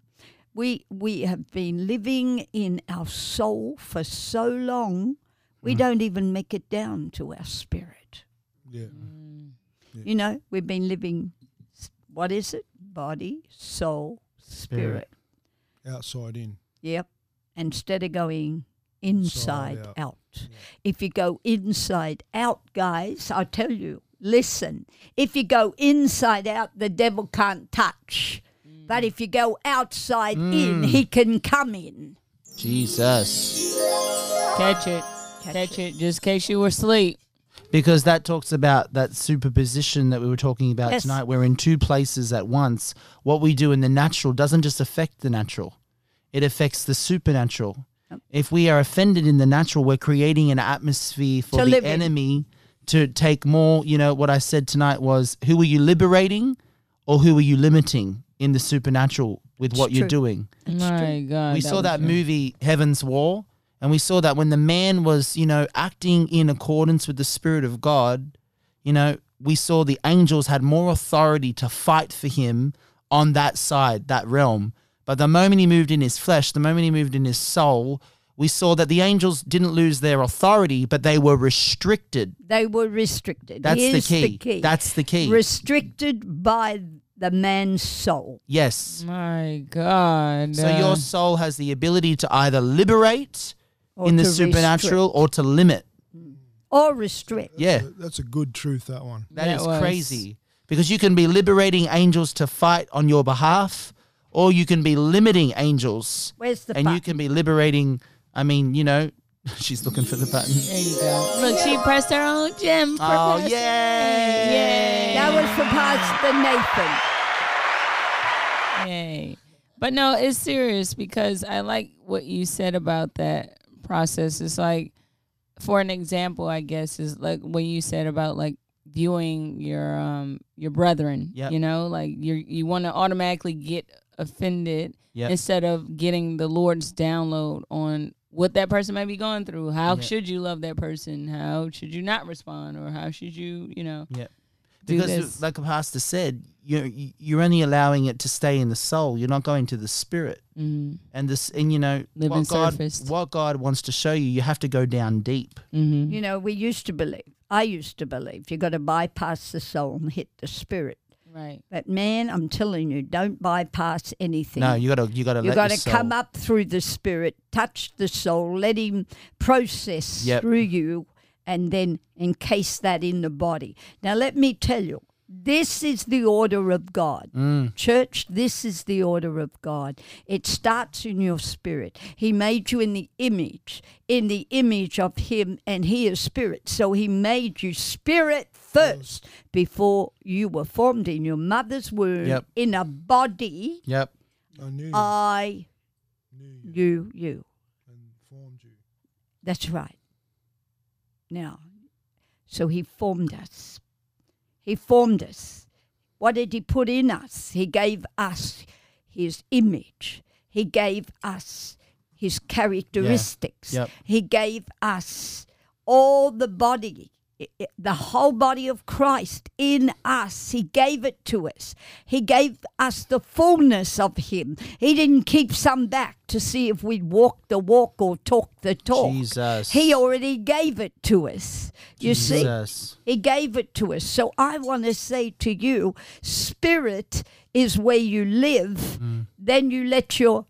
S4: We we have been living in our soul for so long we don't even make it down to our spirit.
S3: Yeah.
S4: You know, we've been living s- what is it? Body, soul, spirit.
S7: Spirit.
S3: Outside in.
S4: Yep. Instead of going inside
S3: Inside
S4: out.
S3: out.
S4: If you go inside out, guys, I tell you, listen, if you go inside out, the devil can't touch. But if you go outside in, he can come in.
S1: Jesus.
S2: Catch it. Catch, it. Just in case you were asleep.
S1: Because that talks about that superposition that we were talking about
S4: Yes.
S1: tonight. We're in two places at once. What we do in the natural doesn't just affect the natural, it affects the supernatural. If we are offended in the natural, we're creating an atmosphere for
S4: To
S1: the
S4: live in.
S1: enemy to take more. You know, what I said tonight was who are you liberating or who are you limiting in the supernatural with what you're
S4: true.
S1: doing?
S2: My God.
S1: we saw
S2: was
S1: that
S2: good.
S1: movie Heaven's War, and we saw that when the man was, you know, acting in accordance with the Spirit of God, you know, we saw the angels had more authority to fight for him on that side, that realm. But the moment he moved in his flesh, the moment he moved in his soul, we saw that the angels didn't lose their authority, but they were restricted.
S4: They were restricted.
S1: That's the
S4: Here's
S1: key. That's the key.
S4: Restricted by the man's soul.
S1: yes.
S2: My God. uh,
S1: So your soul has the ability to either liberate
S4: Or
S1: in the
S4: to
S1: supernatural
S4: restrict.
S1: or to limit.
S4: Or restrict.
S1: Yeah.
S3: That's a good truth, that one.
S1: That
S2: That
S1: is
S2: was-
S1: crazy because you can be liberating angels to fight on your behalf, or you can be limiting angels,
S4: Where's the
S1: and
S4: button?
S1: you can be liberating. I mean, you know, she's looking for the button.
S2: There you go. Look, she pressed her own gem. for
S1: Oh
S2: Pastor
S1: yeah,
S4: that was for Pastor Nathan.
S2: Yay. But no, it's serious because I like what you said about that process. It's like, for an example, I guess is like what you said about like viewing your um your brethren.
S1: Yep.
S2: You know, like you you want to automatically get offended
S1: Yep.
S2: instead of getting the Lord's download on what that person may be going through. How
S1: Yep.
S2: should you love that person? How should you not respond? Or how should you, you know?
S1: Yep.
S2: do
S1: Because,
S2: this?
S1: like a pastor said, you're you're only allowing it to stay in the soul. You're not going to the spirit,
S2: Mm,
S1: and this, and you know,
S2: Live
S1: what
S2: in
S1: God,
S2: surface.
S1: what God wants to show you, you have to go down deep.
S2: mm-hmm.
S4: You know, we used to believe, I used to believe, you got to bypass the soul and hit the spirit.
S2: Right.
S4: But man, I'm telling you, don't bypass anything.
S1: No, you gotta you gotta
S4: you
S1: let
S4: got
S1: your
S4: to
S1: soul-
S4: come up through the spirit, touch the soul, let him process
S1: Yep.
S4: through you, and then encase that in the body. Now, let me tell you, this is the order of God.
S1: Mm.
S4: Church, this is the order of God. It starts in your spirit. He made you in the image, in the image of Him, and He is spirit. So He made you spirit first
S1: Mm.
S4: before you were formed in your mother's womb,
S1: Yep.
S4: in a body.
S1: Yep.
S3: I knew you,
S4: I
S3: knew you
S4: knew you.
S3: and formed you.
S4: That's right. Now, so he formed us. He formed us. What did he put in us? He gave us his image. He gave us his characteristics.
S1: Yep.
S4: He gave us all the body, i- i- the whole body of Christ in us. He gave it to us. He gave us the fullness of him. He didn't keep some back to see if we'd walk the walk or talk the talk.
S1: Jesus.
S4: He already gave it to us. You see?
S1: Jesus.
S4: He gave it to us. So I want to say to you, spirit is where you live. Then you let your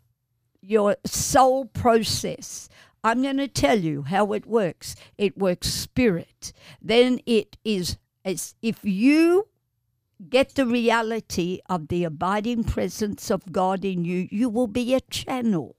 S4: your soul process. I'm going to tell you how it works. It works spirit. Then it is as if you get the reality of the abiding presence of God in you, you will be a channel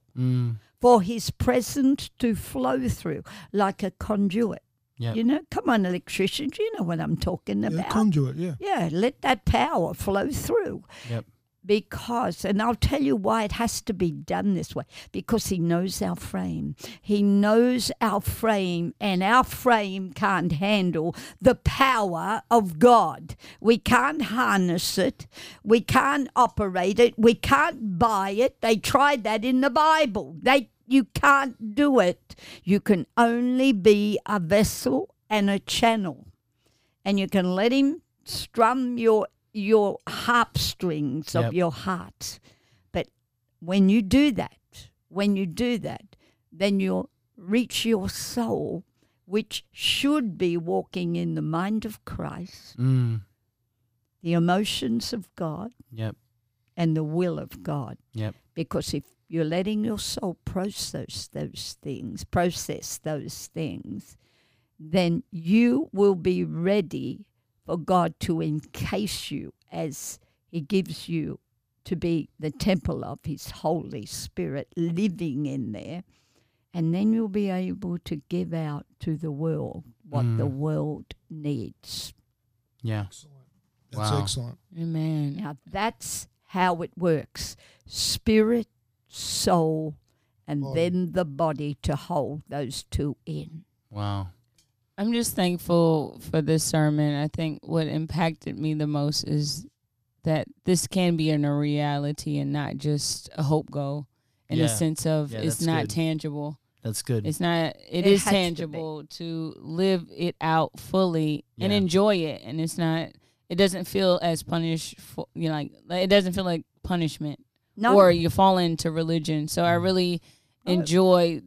S4: for his presence to flow through like a conduit.
S1: Yep.
S4: You know, come on, electricians, you know what I'm talking
S3: Yeah,
S4: about.
S3: conduit, yeah.
S4: yeah, let that power flow through
S1: Yep.
S4: because, and I'll tell you why it has to be done this way because he knows our frame. He knows our frame, and our frame can't handle the power of God. We can't harness it, we can't operate it, we can't buy it. They tried that in the Bible. They you can't do it. You can only be a vessel and a channel and you can let him strum your your harp strings
S1: Yep.
S4: of your heart. But when you do that, when you do that, then you'll reach your soul, which should be walking in the mind of Christ,
S7: Mm.
S4: the emotions of God,
S7: Yep.
S4: and the will of God.
S7: Yep.
S4: Because if you're letting your soul process those things, process those things, then you will be ready for God to encase you as He gives you to be the temple of His Holy Spirit living in there. And then you'll be able to give out to the world what the world needs.
S7: Yeah.
S3: That's
S7: Wow.
S3: excellent.
S2: Amen.
S4: Now that's how it works spirit, soul, and
S3: Body.
S4: then the body to hold those two in.
S7: Wow.
S2: I'm just thankful for this sermon. I think what impacted me the most is that this can be in a reality and not just a hope goal in
S1: Yeah.
S2: the sense of
S1: Yeah,
S2: it's
S1: that's
S2: not
S1: good.
S2: tangible.
S1: That's good.
S2: It's not.
S4: It
S2: it is
S4: has to be.
S2: tangible to, live it out fully and
S1: Yeah.
S2: enjoy it, and it's not. It doesn't feel as punish. For, you know, like like, it doesn't feel like punishment
S4: No,
S2: or you fall into religion. So
S1: Mm.
S2: I really
S4: Oh.
S2: enjoy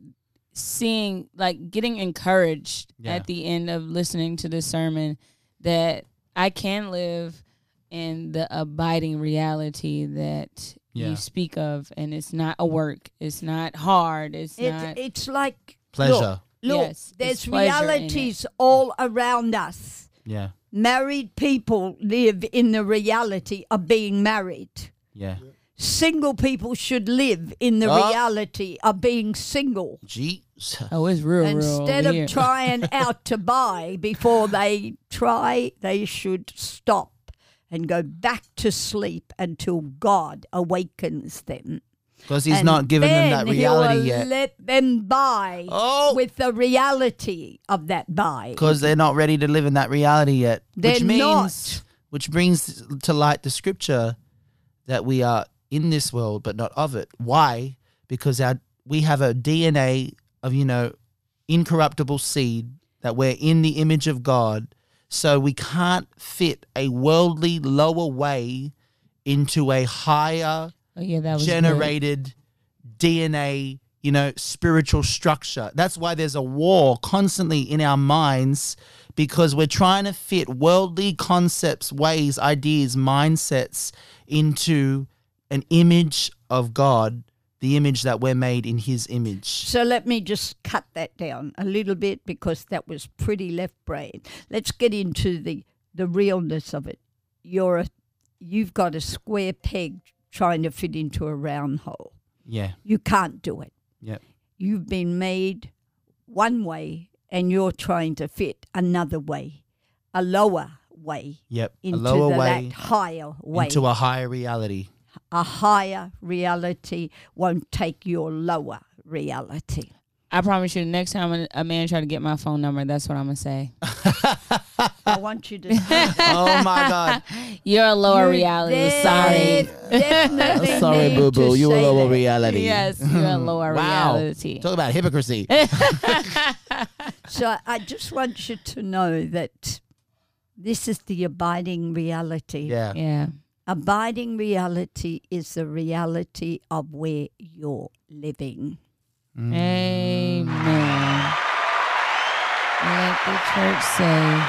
S2: seeing, like, getting encouraged
S1: Yeah.
S2: at the end of listening to this sermon that I can live in the abiding reality that
S1: Yeah.
S2: you speak of, and it's not a work. It's not hard. It's
S4: it,
S2: not.
S4: it's like
S1: Pleasure.
S4: Look, look
S2: Yes,
S4: there's
S2: it's pleasure in it.
S4: realities all around us.
S1: Yeah.
S4: Married people live in the reality of being married.
S1: Yeah.
S4: Single people should live in the
S1: Oh.
S4: reality of being single.
S1: Jesus.
S2: oh, it's real, real
S4: Instead
S2: here.
S4: of trying out to buy before they try, they should stop and go back to sleep until God awakens them.
S1: Because he's
S4: And
S1: not given them that
S4: then
S1: reality
S4: he'll
S1: yet.
S4: Let them buy
S1: Oh.
S4: with the reality of that buy.
S1: Because they're not ready to live in that reality yet. which
S4: They're
S1: means,
S4: not.
S1: which brings to light the scripture that we are in this world but not of it. Why? Because our we have a DNA of, you know, incorruptible seed that we're in the image of God. So we can't fit a worldly lower way into a higher
S2: oh, yeah, that was good.
S1: generated DNA, you know, spiritual structure. That's why there's a war constantly in our minds because we're trying to fit worldly concepts, ways, ideas, mindsets into an image of God the image that we're made in His image.
S4: So let me just cut that down a little bit because that was pretty left brain. Let's get into the the realness of it. You're a, you've got a square peg trying to fit into a round hole.
S7: Yeah.
S4: You can't do it.
S7: Yep.
S4: You've been made one way and you're trying to fit another way, a lower way
S1: Yep.
S4: into
S1: a lower
S4: the,
S1: way
S4: that higher way.
S1: into a higher reality.
S4: a higher reality won't take your lower reality.
S2: I promise you, the next time a- a man try to get my phone number, that's what I'm gonna say.
S4: I want you to.
S1: oh my God.
S2: You're a lower
S4: You
S2: reality.
S4: def-
S2: Sorry.
S4: definitely need to say that.
S1: reality.
S2: Yes, you're a lower
S1: Wow.
S2: reality.
S1: Talk about hypocrisy.
S4: So I just want you to know that this is the abiding reality.
S1: yeah.
S2: Yeah.
S4: Abiding reality is the reality of where you're living.
S1: Mm.
S2: Amen. Let the church say,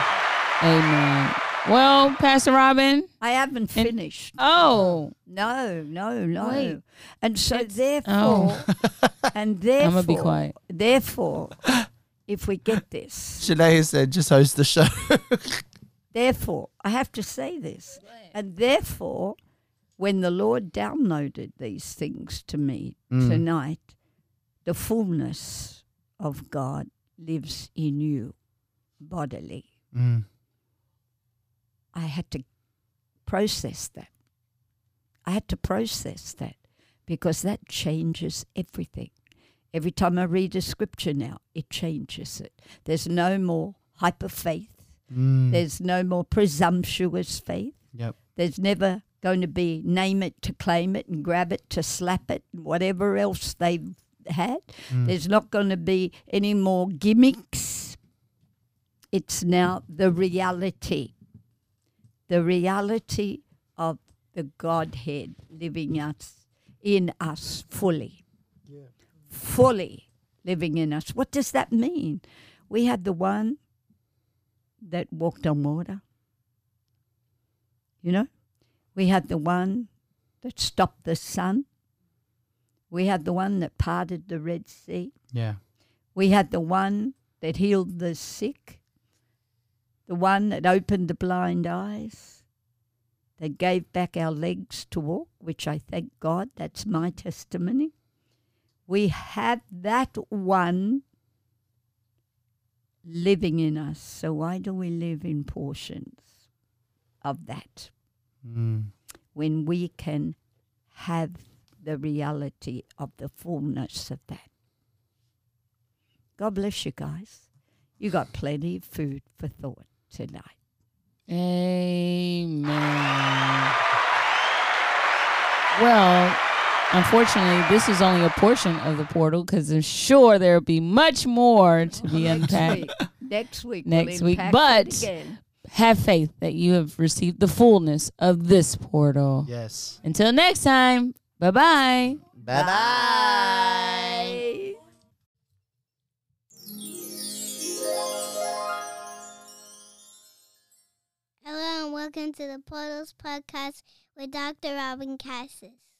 S2: Amen. Well, Pastor Robin.
S4: I haven't finished.
S2: Oh,
S4: No, no, no.
S2: Wait.
S4: And so
S2: It's-
S1: oh.
S4: therefore, and therefore,
S2: I'm gonna be quiet.
S4: therefore, if we get this,
S1: Shania said, just host the show.
S4: therefore, I have to say this, and therefore, when the Lord downloaded these things to me tonight, the fullness of God lives in you bodily.
S7: Mm.
S4: I had to process that. I had to process that because that changes everything. Every time I read a scripture now, it changes it. There's no more hyper faith. There's no more presumptuous faith.
S7: Yep.
S4: There's never going to be name it to claim it and grab it to slap it and whatever else they've had. There's not going to be any more gimmicks. It's now the reality. The reality of the Godhead living us in us fully. Fully living in us. What does that mean? We had the one that walked on water. You know, we had the one that stopped the sun. We had the one that parted the Red Sea.
S7: Yeah.
S4: We had the one that healed the sick, the one that opened the blind eyes, that gave back our legs to walk, which I thank God, that's my testimony. We have that one living in us. So, why do we live in portions of that
S7: Mm.
S4: when we can have the reality of the fullness of that? God bless you guys. You got plenty of food for thought tonight.
S2: Amen. Well, unfortunately, this is only a portion of the portal because I'm sure there'll be much more to be
S4: Next
S2: unpacked.
S4: week. Next week.
S2: Next
S4: we'll
S2: week,
S4: unpack it
S2: but-
S4: again.
S2: Have faith that you have received the fullness of this portal.
S1: yes.
S2: Until next time, bye bye.
S1: Bye bye.
S4: Bye.
S6: Hello and welcome to the Portals Podcast with Dr. Robin Cassis.